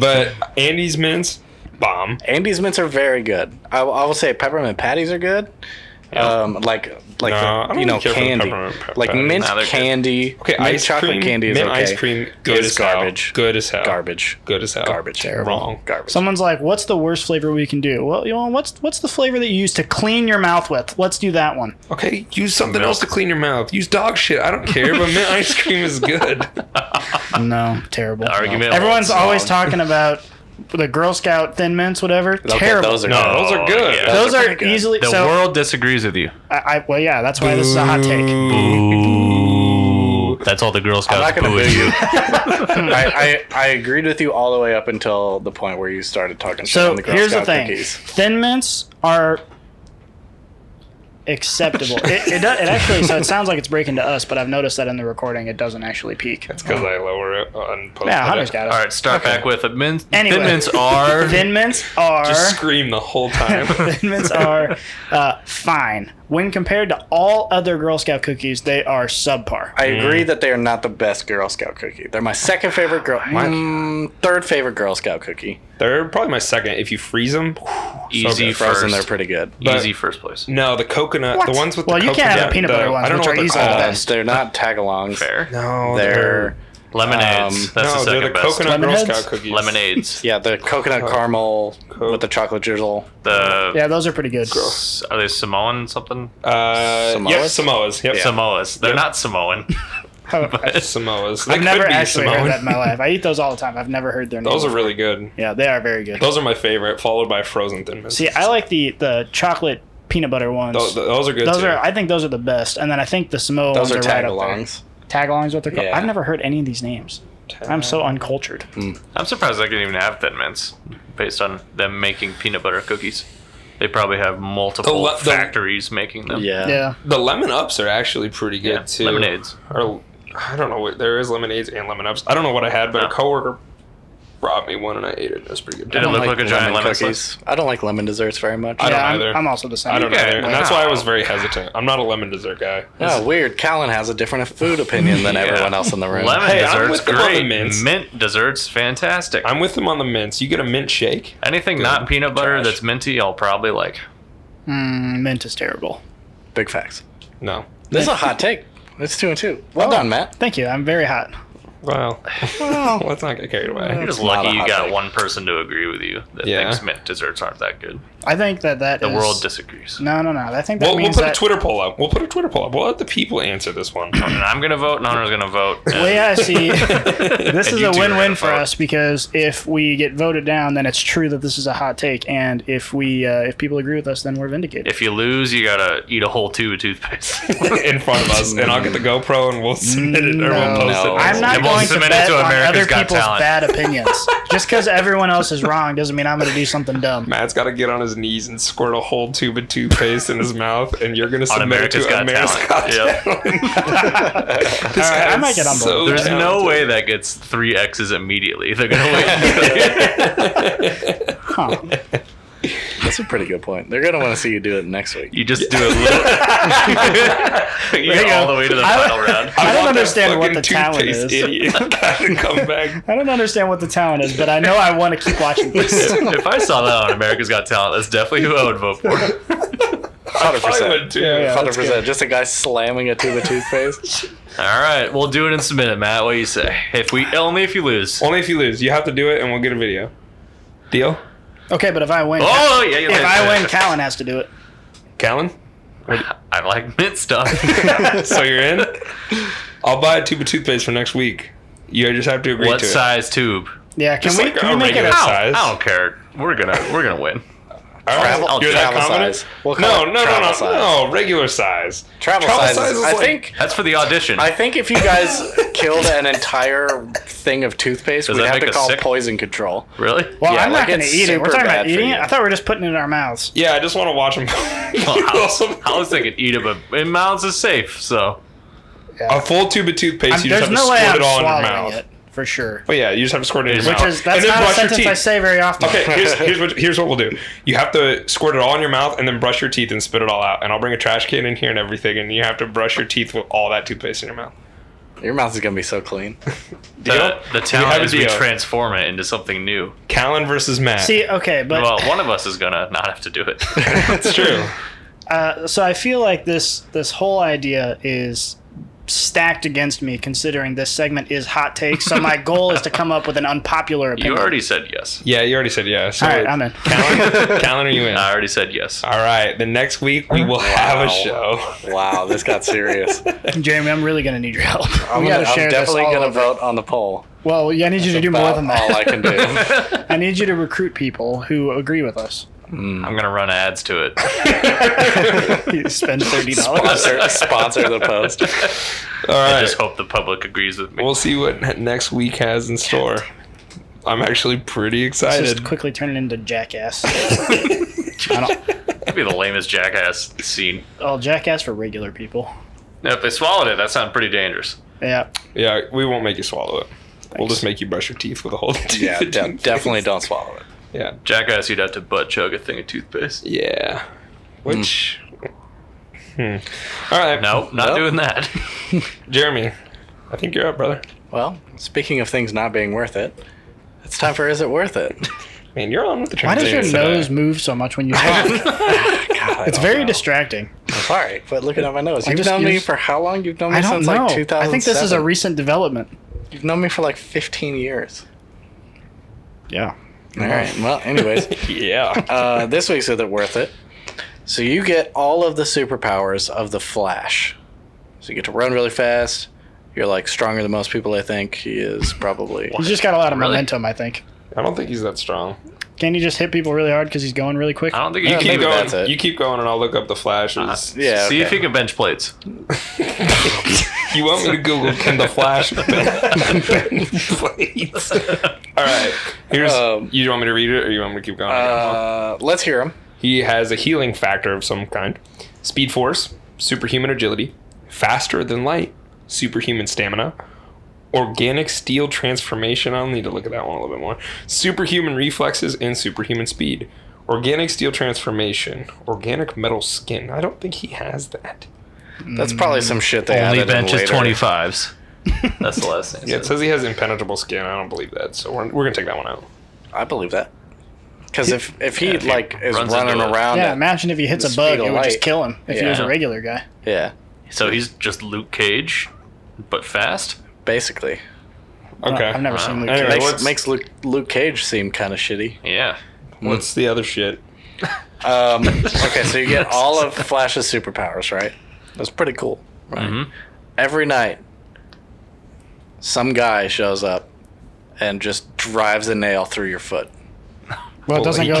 Speaker 1: but Andy's mints, bomb.
Speaker 2: Andes mints are very good. I, will- I will say peppermint patties are good. um, like like
Speaker 1: No, I don't
Speaker 2: you know
Speaker 1: really care for the
Speaker 2: candy,
Speaker 1: peppermint pe-
Speaker 2: like
Speaker 1: patties.
Speaker 2: mint
Speaker 3: Nah, they're good.
Speaker 2: candy.
Speaker 1: Okay,
Speaker 2: mint
Speaker 1: ice
Speaker 2: chocolate
Speaker 1: cream,
Speaker 2: candy is
Speaker 1: mint
Speaker 2: okay.
Speaker 1: ice cream. Good
Speaker 2: Is
Speaker 1: as hell.
Speaker 2: garbage.
Speaker 1: Good as hell.
Speaker 2: Garbage.
Speaker 1: Good as hell.
Speaker 2: Garbage.
Speaker 1: Wrong.
Speaker 2: Garbage.
Speaker 4: Someone's like, "What's the worst flavor we can do?" Well, you know, what's what's the flavor that you use to clean your mouth with? Let's do
Speaker 2: [LAUGHS]
Speaker 4: that one.
Speaker 1: Okay, use something else to clean your mouth. Use dog shit. I don't care, but mint ice cream is good.
Speaker 4: No, terrible.
Speaker 3: argument
Speaker 4: Everyone's
Speaker 3: holds.
Speaker 2: [LAUGHS]
Speaker 4: always talking about the Girl Scout Thin Mints, whatever.
Speaker 2: Okay,
Speaker 4: terrible.
Speaker 2: those are
Speaker 1: No, those are good.
Speaker 3: Oh, yeah.
Speaker 4: Those
Speaker 2: those are
Speaker 4: are
Speaker 2: pretty good.
Speaker 4: easily
Speaker 3: The
Speaker 4: so.
Speaker 3: world disagrees with you.
Speaker 4: I, I well, yeah, that's why this is a hot take.
Speaker 3: Ooh. That's all the Girl Scouts
Speaker 2: I'm not gonna
Speaker 3: boo
Speaker 2: boo
Speaker 1: [LAUGHS]
Speaker 3: at
Speaker 2: you. I, I I agreed with you all the way up until the point where you started talking. shit
Speaker 4: So
Speaker 2: on the Girl
Speaker 4: here's the
Speaker 2: Scout
Speaker 4: thing:
Speaker 2: cookies.
Speaker 4: Thin Mints are
Speaker 2: [LAUGHS]
Speaker 4: acceptable. it, it, does, it actually so it sounds like it's breaking to us, but I've noticed that in the recording it doesn't actually peak.
Speaker 1: That's because I lower it on post.
Speaker 4: Yeah, Hunter's got it.
Speaker 3: All right, start back with a min-
Speaker 4: Anyway.
Speaker 3: thin
Speaker 4: [LAUGHS]
Speaker 3: mints are
Speaker 4: Thin Mints are
Speaker 1: Just scream the whole
Speaker 4: [LAUGHS]
Speaker 1: time.
Speaker 4: Thin Mints are uh, fine when compared to all other Girl Scout cookies. They are subpar.
Speaker 2: I
Speaker 3: Mm.
Speaker 2: agree that they are not the best Girl Scout cookie. They're my second favorite Girl, mm, third favorite Girl Scout cookie.
Speaker 1: They're probably my second. If you freeze them,
Speaker 3: easy
Speaker 1: good.
Speaker 2: Frozen,
Speaker 3: first.
Speaker 2: they're pretty good.
Speaker 1: but-
Speaker 3: easy first place.
Speaker 1: no, the coconut, the ones with
Speaker 4: Well,
Speaker 1: the
Speaker 4: you
Speaker 1: coconut.
Speaker 4: can't have the peanut butter
Speaker 1: the-
Speaker 4: ones,
Speaker 1: I don't
Speaker 4: which
Speaker 1: know
Speaker 4: are
Speaker 1: what
Speaker 4: easily
Speaker 1: they're
Speaker 4: the
Speaker 1: called.
Speaker 2: Uh,
Speaker 4: best.
Speaker 2: they're not tagalongs.
Speaker 3: Fair.
Speaker 1: No,
Speaker 2: They're
Speaker 3: Lemonades.
Speaker 2: Um,
Speaker 3: That's
Speaker 1: no, they're
Speaker 3: the second
Speaker 1: the
Speaker 3: best.
Speaker 1: coconut Girl
Speaker 4: Lemonheads?
Speaker 1: Scout cookies.
Speaker 3: Lemonades.
Speaker 2: yeah, the coconut caramel
Speaker 1: Coke.
Speaker 2: with the chocolate drizzle.
Speaker 3: The
Speaker 4: Yeah, those are pretty good.
Speaker 3: s- are they Samoan something?
Speaker 1: Uh,
Speaker 2: Samoas?
Speaker 1: Yep, Samoas. Yep,
Speaker 3: [LAUGHS] Samoas. They're
Speaker 1: [LAUGHS]
Speaker 3: not Samoan.
Speaker 4: Oh,
Speaker 1: Samoas. They
Speaker 4: I've
Speaker 1: could
Speaker 4: never
Speaker 1: be
Speaker 4: actually
Speaker 1: Samoan.
Speaker 4: heard that in my life. I eat those all the time. I've never heard their
Speaker 1: [LAUGHS]
Speaker 4: name.
Speaker 1: Those are really good.
Speaker 4: yeah, they are very good.
Speaker 1: Those are my favorite, followed by frozen thin mints.
Speaker 4: See, I like the the chocolate peanut butter ones.
Speaker 1: those, those are good.
Speaker 4: Those
Speaker 1: too.
Speaker 4: are, I think, those are the best. And then I think the Samoa
Speaker 2: Those
Speaker 4: ones
Speaker 2: are
Speaker 4: are, right up there.
Speaker 2: tagalongs.
Speaker 4: Tagalongs, what they're called.
Speaker 2: Yeah.
Speaker 4: I've never heard any of these names. I'm so uncultured.
Speaker 3: I'm surprised I can even have thin mints based on them making peanut butter cookies. They probably have multiple
Speaker 1: The Oh, le- the-
Speaker 3: factories making them.
Speaker 2: Oh. yeah.
Speaker 4: Yeah,
Speaker 1: The lemon ups are actually pretty good
Speaker 3: Yeah,
Speaker 1: too.
Speaker 3: lemonades.
Speaker 1: Or I don't know what there is lemonades and lemon ups. I don't know what I had, but
Speaker 3: No.
Speaker 1: a coworker brought me one and I ate it. It was pretty good.
Speaker 3: Did it
Speaker 2: I
Speaker 3: look
Speaker 2: don't
Speaker 3: like a giant lemon
Speaker 2: cookies. I don't like lemon desserts very much.
Speaker 1: I don't
Speaker 4: yeah, I'm,
Speaker 1: either.
Speaker 4: I'm also the same.
Speaker 1: I don't know,
Speaker 3: Yeah,
Speaker 1: either, and
Speaker 3: like-
Speaker 1: that's why I was very hesitant. I'm not a lemon dessert guy.
Speaker 2: Oh, weird. Callan has a different food opinion than
Speaker 3: [LAUGHS] Yeah.
Speaker 2: everyone else in the room.
Speaker 3: Lemon
Speaker 1: Hey, I'm
Speaker 3: desserts,
Speaker 1: with them on the
Speaker 3: great.
Speaker 1: mints.
Speaker 3: Mint desserts, fantastic.
Speaker 1: I'm with them on the mints. You get a mint shake.
Speaker 3: Anything not peanut butter
Speaker 1: Trash.
Speaker 3: that's minty, I'll probably like.
Speaker 4: Mm, mint is terrible.
Speaker 2: Big facts.
Speaker 1: No.
Speaker 2: This is a hot take. It's two and two. Well
Speaker 4: Oh.
Speaker 2: done, Matt.
Speaker 4: Thank you. I'm very hot.
Speaker 1: Well, [LAUGHS] let's not get carried
Speaker 3: You're
Speaker 1: away.
Speaker 3: just
Speaker 2: not
Speaker 3: lucky
Speaker 2: a
Speaker 3: you
Speaker 2: hot
Speaker 3: got
Speaker 2: take.
Speaker 3: one person to agree with you that
Speaker 1: Yeah.
Speaker 3: thinks mint desserts aren't that good.
Speaker 4: I think that that
Speaker 3: The
Speaker 4: is-
Speaker 3: world disagrees.
Speaker 4: No, no, no. I think that
Speaker 1: We'll, we'll
Speaker 4: means
Speaker 1: put a
Speaker 4: that.
Speaker 1: Twitter poll up. We'll put a Twitter poll up. We'll let the people answer this one.
Speaker 3: And I'm gonna vote, and Hunter's gonna vote.
Speaker 4: Well,
Speaker 3: and-
Speaker 4: yeah,
Speaker 1: [LAUGHS]
Speaker 4: see,
Speaker 3: [LAUGHS]
Speaker 4: this is
Speaker 3: you
Speaker 4: a
Speaker 3: two are
Speaker 4: win-win
Speaker 3: gonna
Speaker 4: for
Speaker 3: vote.
Speaker 4: us because if we get voted down, then it's true that this is a hot take, and if we uh, if people agree with us, then we're vindicated.
Speaker 3: If you lose, you gotta eat a whole tube of
Speaker 4: [LAUGHS]
Speaker 3: toothpaste.
Speaker 1: in front of us, and I'll get the GoPro and we'll [LAUGHS] submit it or we'll
Speaker 4: No.
Speaker 1: post
Speaker 2: No.
Speaker 1: it.
Speaker 4: I'm not
Speaker 3: And we'll
Speaker 4: going to
Speaker 3: submit it
Speaker 4: bet
Speaker 3: to
Speaker 4: on
Speaker 3: America's
Speaker 4: other
Speaker 3: Got
Speaker 4: people's
Speaker 3: Talent.
Speaker 4: bad opinions. Just because everyone else is wrong doesn't mean I'm going to do
Speaker 1: [LAUGHS]
Speaker 4: something dumb.
Speaker 1: Matt's got to get on his knees and squirt a whole tube of toothpaste in his mouth, and you're gonna
Speaker 3: on
Speaker 1: submit
Speaker 3: America's
Speaker 1: it to
Speaker 3: Got
Speaker 1: America's Got [LAUGHS]
Speaker 3: Talent. Yep.
Speaker 1: Talent. This
Speaker 4: All right,
Speaker 1: guy
Speaker 4: I might
Speaker 1: is
Speaker 4: get on board.
Speaker 1: so
Speaker 3: There's no
Speaker 1: talented.
Speaker 3: way that gets three X's immediately. They're gonna wait.
Speaker 1: [LAUGHS]
Speaker 4: [LAUGHS] Huh.
Speaker 2: That's a pretty good point. They're gonna want to see you do it next
Speaker 3: [LAUGHS]
Speaker 2: week.
Speaker 3: you just do a little. you
Speaker 4: you
Speaker 3: get all
Speaker 4: go.
Speaker 3: the way to the
Speaker 4: I-
Speaker 3: final round.
Speaker 4: [LAUGHS] I don't
Speaker 1: want that
Speaker 4: understand what
Speaker 1: fucking
Speaker 4: the talent
Speaker 1: toothpaste
Speaker 4: is.
Speaker 1: Idiot. [LAUGHS] Gotta come [LAUGHS] back.
Speaker 4: I don't understand what the talent is, but I know I want to keep
Speaker 1: [LAUGHS]
Speaker 4: watching this.
Speaker 3: If I saw that on America's Got Talent, that's definitely who I would vote for.
Speaker 2: Hundred
Speaker 1: I would
Speaker 2: percent.
Speaker 1: too.
Speaker 4: yeah.
Speaker 2: Hundred percent. Just a guy slamming a tube of toothpaste.
Speaker 3: All right, we'll do it and submit it, Matt. What do you say? If we only if you lose.
Speaker 1: Only if you lose. You have to do it, and we'll get a video. Deal?
Speaker 4: Okay, but if I win,
Speaker 3: Oh yeah,
Speaker 4: if I win, Callan has to do it.
Speaker 1: Callan?
Speaker 3: [LAUGHS] I like
Speaker 4: [LAUGHS]
Speaker 3: mint stuff.
Speaker 1: [LAUGHS] so you're in? I'll buy a tube of toothpaste for next week. You just have to agree
Speaker 3: what
Speaker 1: to
Speaker 3: size tube?
Speaker 4: Yeah, can
Speaker 1: Just
Speaker 4: we,
Speaker 1: like
Speaker 4: can
Speaker 1: a
Speaker 4: we make it
Speaker 1: regular
Speaker 4: a
Speaker 1: size.
Speaker 3: I don't, I don't care. We're gonna we're gonna win.
Speaker 1: it. All right.
Speaker 2: [LAUGHS] Travel-
Speaker 1: you're that
Speaker 2: travel
Speaker 1: confident?
Speaker 2: size. We'll call
Speaker 1: no,
Speaker 2: it
Speaker 1: no, no,
Speaker 2: travel
Speaker 1: no,
Speaker 2: size.
Speaker 1: no. Regular size.
Speaker 2: Travel,
Speaker 1: Travel
Speaker 2: sizes.
Speaker 1: size is
Speaker 2: I
Speaker 1: like-
Speaker 2: think.
Speaker 3: That's for the audition.
Speaker 2: I think if you [LAUGHS] guys killed an entire thing of toothpaste,
Speaker 3: Does
Speaker 2: we'd
Speaker 3: that
Speaker 2: have to
Speaker 3: make us
Speaker 2: call
Speaker 3: sick?
Speaker 2: poison control.
Speaker 3: really?
Speaker 4: Well,
Speaker 2: Yeah,
Speaker 4: I'm not
Speaker 2: like,
Speaker 4: going to
Speaker 2: it's
Speaker 4: eat it. We're
Speaker 2: super
Speaker 4: talking
Speaker 2: bad
Speaker 4: about
Speaker 2: for
Speaker 4: eating
Speaker 2: you.
Speaker 4: it. I thought we were just putting it in our mouths.
Speaker 1: Yeah, I just want to watch [LAUGHS] him.
Speaker 4: [LAUGHS]
Speaker 3: I was thinking eat up a and mouths is safe. So
Speaker 1: A full tube of toothpaste,
Speaker 4: I'm,
Speaker 1: you just have
Speaker 4: there's no
Speaker 1: to
Speaker 4: way
Speaker 1: squirt
Speaker 4: I'm
Speaker 1: it all in your mouth.
Speaker 4: swallowing it for sure.
Speaker 1: But yeah, you just have to squirt it in your
Speaker 3: Which
Speaker 1: mouth.
Speaker 4: Because that's
Speaker 1: and then
Speaker 4: not a
Speaker 1: brush your
Speaker 4: sentence
Speaker 1: teeth.
Speaker 4: I say very often.
Speaker 1: Okay,
Speaker 4: [LAUGHS]
Speaker 1: here's, here's, what, here's what we'll do. You have to squirt it all in your mouth and then brush your teeth and spit it all out. And I'll bring a trash can in here and everything, and you have to brush your teeth with all that toothpaste in your mouth.
Speaker 2: Your mouth is gonna be so clean.
Speaker 3: the, the
Speaker 1: have
Speaker 3: talent
Speaker 1: a
Speaker 3: is we
Speaker 1: deal.
Speaker 3: transform it into something new.
Speaker 1: Callan versus Matt.
Speaker 4: See, okay,
Speaker 1: [LAUGHS]
Speaker 4: but
Speaker 3: Well, one of us is gonna not have to do it.
Speaker 4: [LAUGHS]
Speaker 1: it's true.
Speaker 4: Uh, so I feel like this this whole idea is stacked against me, considering this segment is hot takes.
Speaker 1: [LAUGHS]
Speaker 4: So my goal is to come up with an unpopular opinion.
Speaker 3: You already said yes.
Speaker 1: Yeah, you already said yeah. So
Speaker 4: All right, I'm in. [LAUGHS]
Speaker 1: Callan, Callan, are you Um, in?
Speaker 3: I already said yes.
Speaker 1: All right. The next week we will have a show.
Speaker 2: [LAUGHS] Wow, this got [LAUGHS] serious.
Speaker 4: Jeremy, I'm really gonna need your help.
Speaker 2: [LAUGHS] I'm,
Speaker 4: we
Speaker 2: gonna,
Speaker 4: gotta share
Speaker 2: I'm definitely
Speaker 4: this all
Speaker 2: going to
Speaker 4: over.
Speaker 2: vote on the poll.
Speaker 4: Well, yeah, I need you to do more
Speaker 2: About
Speaker 4: than that.
Speaker 2: All I can do. [LAUGHS]
Speaker 4: I need you to recruit people who agree with us. [LAUGHS]
Speaker 3: I'm gonna run ads to it.
Speaker 4: You spend thirty dollars.
Speaker 3: [LAUGHS]
Speaker 2: sponsor, sponsor the post.
Speaker 1: All
Speaker 3: I
Speaker 1: right.
Speaker 3: just hope the public agrees with me.
Speaker 1: We'll see what next week has in store. I'm actually pretty
Speaker 4: Just
Speaker 1: excited.
Speaker 4: quickly turn it
Speaker 1: [LAUGHS]
Speaker 4: into jackass. I don't,
Speaker 3: It'd be the lamest jackass scene.
Speaker 4: oh, jackass for regular people.
Speaker 3: Now, if they swallowed it, that sounds pretty dangerous.
Speaker 4: Yeah.
Speaker 1: Yeah, we won't make you swallow it. We'll just make you brush your teeth with a whole [LAUGHS] teeth.
Speaker 2: [LAUGHS] Yeah, de- definitely don't swallow it.
Speaker 1: Yeah.
Speaker 3: Jackass, you'd have to butt chug a thing of toothpaste.
Speaker 1: Yeah. Which. Hmm. All right.
Speaker 3: No, not
Speaker 2: Nope.
Speaker 3: doing that. [LAUGHS]
Speaker 1: Jeremy, I think you're up, brother.
Speaker 2: Well, speaking of things not being worth it, it's time for Is It Worth [LAUGHS] It?
Speaker 1: Man, you're on with the
Speaker 4: Why does your
Speaker 1: transition today.
Speaker 4: nose move so much when [LAUGHS] you talk?
Speaker 2: God, I
Speaker 4: it's
Speaker 2: don't
Speaker 4: very
Speaker 2: know.
Speaker 4: distracting.
Speaker 2: I'm sorry, but looking at my nose.
Speaker 4: I
Speaker 2: You've
Speaker 4: just-
Speaker 2: known
Speaker 4: you
Speaker 2: me
Speaker 4: just-
Speaker 2: for how long? You've known me
Speaker 4: I don't
Speaker 2: since
Speaker 4: know.
Speaker 2: like 2007.
Speaker 4: I think this is a recent development.
Speaker 2: You've known me for like 15 years.
Speaker 4: Yeah.
Speaker 2: All right. Well,
Speaker 1: [LAUGHS]
Speaker 2: anyways,
Speaker 4: [LAUGHS]
Speaker 1: Yeah.
Speaker 2: uh, this week's Is It Worth It? So you get all of the superpowers of the Flash. So you get to run really fast. You're like stronger than most people, I think. He is probably.
Speaker 4: He's just got a lot of
Speaker 3: Really?
Speaker 4: momentum, I think.
Speaker 1: I don't think he's that strong.
Speaker 4: Can he just hit people really hard because he's going really quick?
Speaker 3: I don't think you
Speaker 2: Yeah,
Speaker 3: can
Speaker 2: maybe
Speaker 1: Keep
Speaker 3: even
Speaker 1: going.
Speaker 2: that's it.
Speaker 1: You keep going, and I'll look up the flashes.
Speaker 2: Uh, Yeah.
Speaker 3: see if
Speaker 2: okay.
Speaker 3: you can bench plates.
Speaker 1: [LAUGHS] you want me to Google can the
Speaker 2: [LAUGHS]
Speaker 1: flash plates? All right. Here's.
Speaker 2: Um,
Speaker 1: you want me to read it, or you want me to keep going?
Speaker 2: [LAUGHS] Uh, let's hear him.
Speaker 1: He has a healing factor of some kind. Speed force, superhuman agility, faster than light, superhuman stamina, organic steel transformation. I'll need to look at that one a little bit more. Superhuman reflexes and superhuman speed. Organic steel transformation, organic metal skin. I don't think he has that.
Speaker 2: That's probably some shit they
Speaker 3: Only
Speaker 2: added
Speaker 3: bench
Speaker 2: in
Speaker 3: is
Speaker 2: later.
Speaker 3: 25s. That's the last thing.
Speaker 1: Yeah, it says he has impenetrable skin. I don't believe that. So we're, we're going to take that one out.
Speaker 2: I believe that. Because if if he
Speaker 3: if he
Speaker 2: like is
Speaker 3: runs
Speaker 2: running
Speaker 3: into it.
Speaker 2: around,
Speaker 4: yeah,
Speaker 2: yeah,
Speaker 4: imagine if he hits
Speaker 2: The
Speaker 4: a bug,
Speaker 2: speed of
Speaker 4: it would just
Speaker 2: light.
Speaker 4: kill him if he was
Speaker 2: Yeah.
Speaker 4: a regular guy.
Speaker 2: yeah,
Speaker 3: So he's just Luke Cage, but fast.
Speaker 2: basically
Speaker 1: Okay.
Speaker 4: I've never
Speaker 3: Wow.
Speaker 4: seen Luke
Speaker 1: Anyway,
Speaker 4: Cage.
Speaker 2: makes
Speaker 1: what's-
Speaker 2: makes Luke Luke Cage seem kind of shitty.
Speaker 3: Yeah.
Speaker 1: What's the other shit? [LAUGHS]
Speaker 2: Um, okay, so you get all of Flash's superpowers, right? That's pretty cool, right?
Speaker 1: Mm-hmm.
Speaker 2: Every night, some guy shows up and just drives a nail through your foot.
Speaker 4: Well, Oh, it doesn't go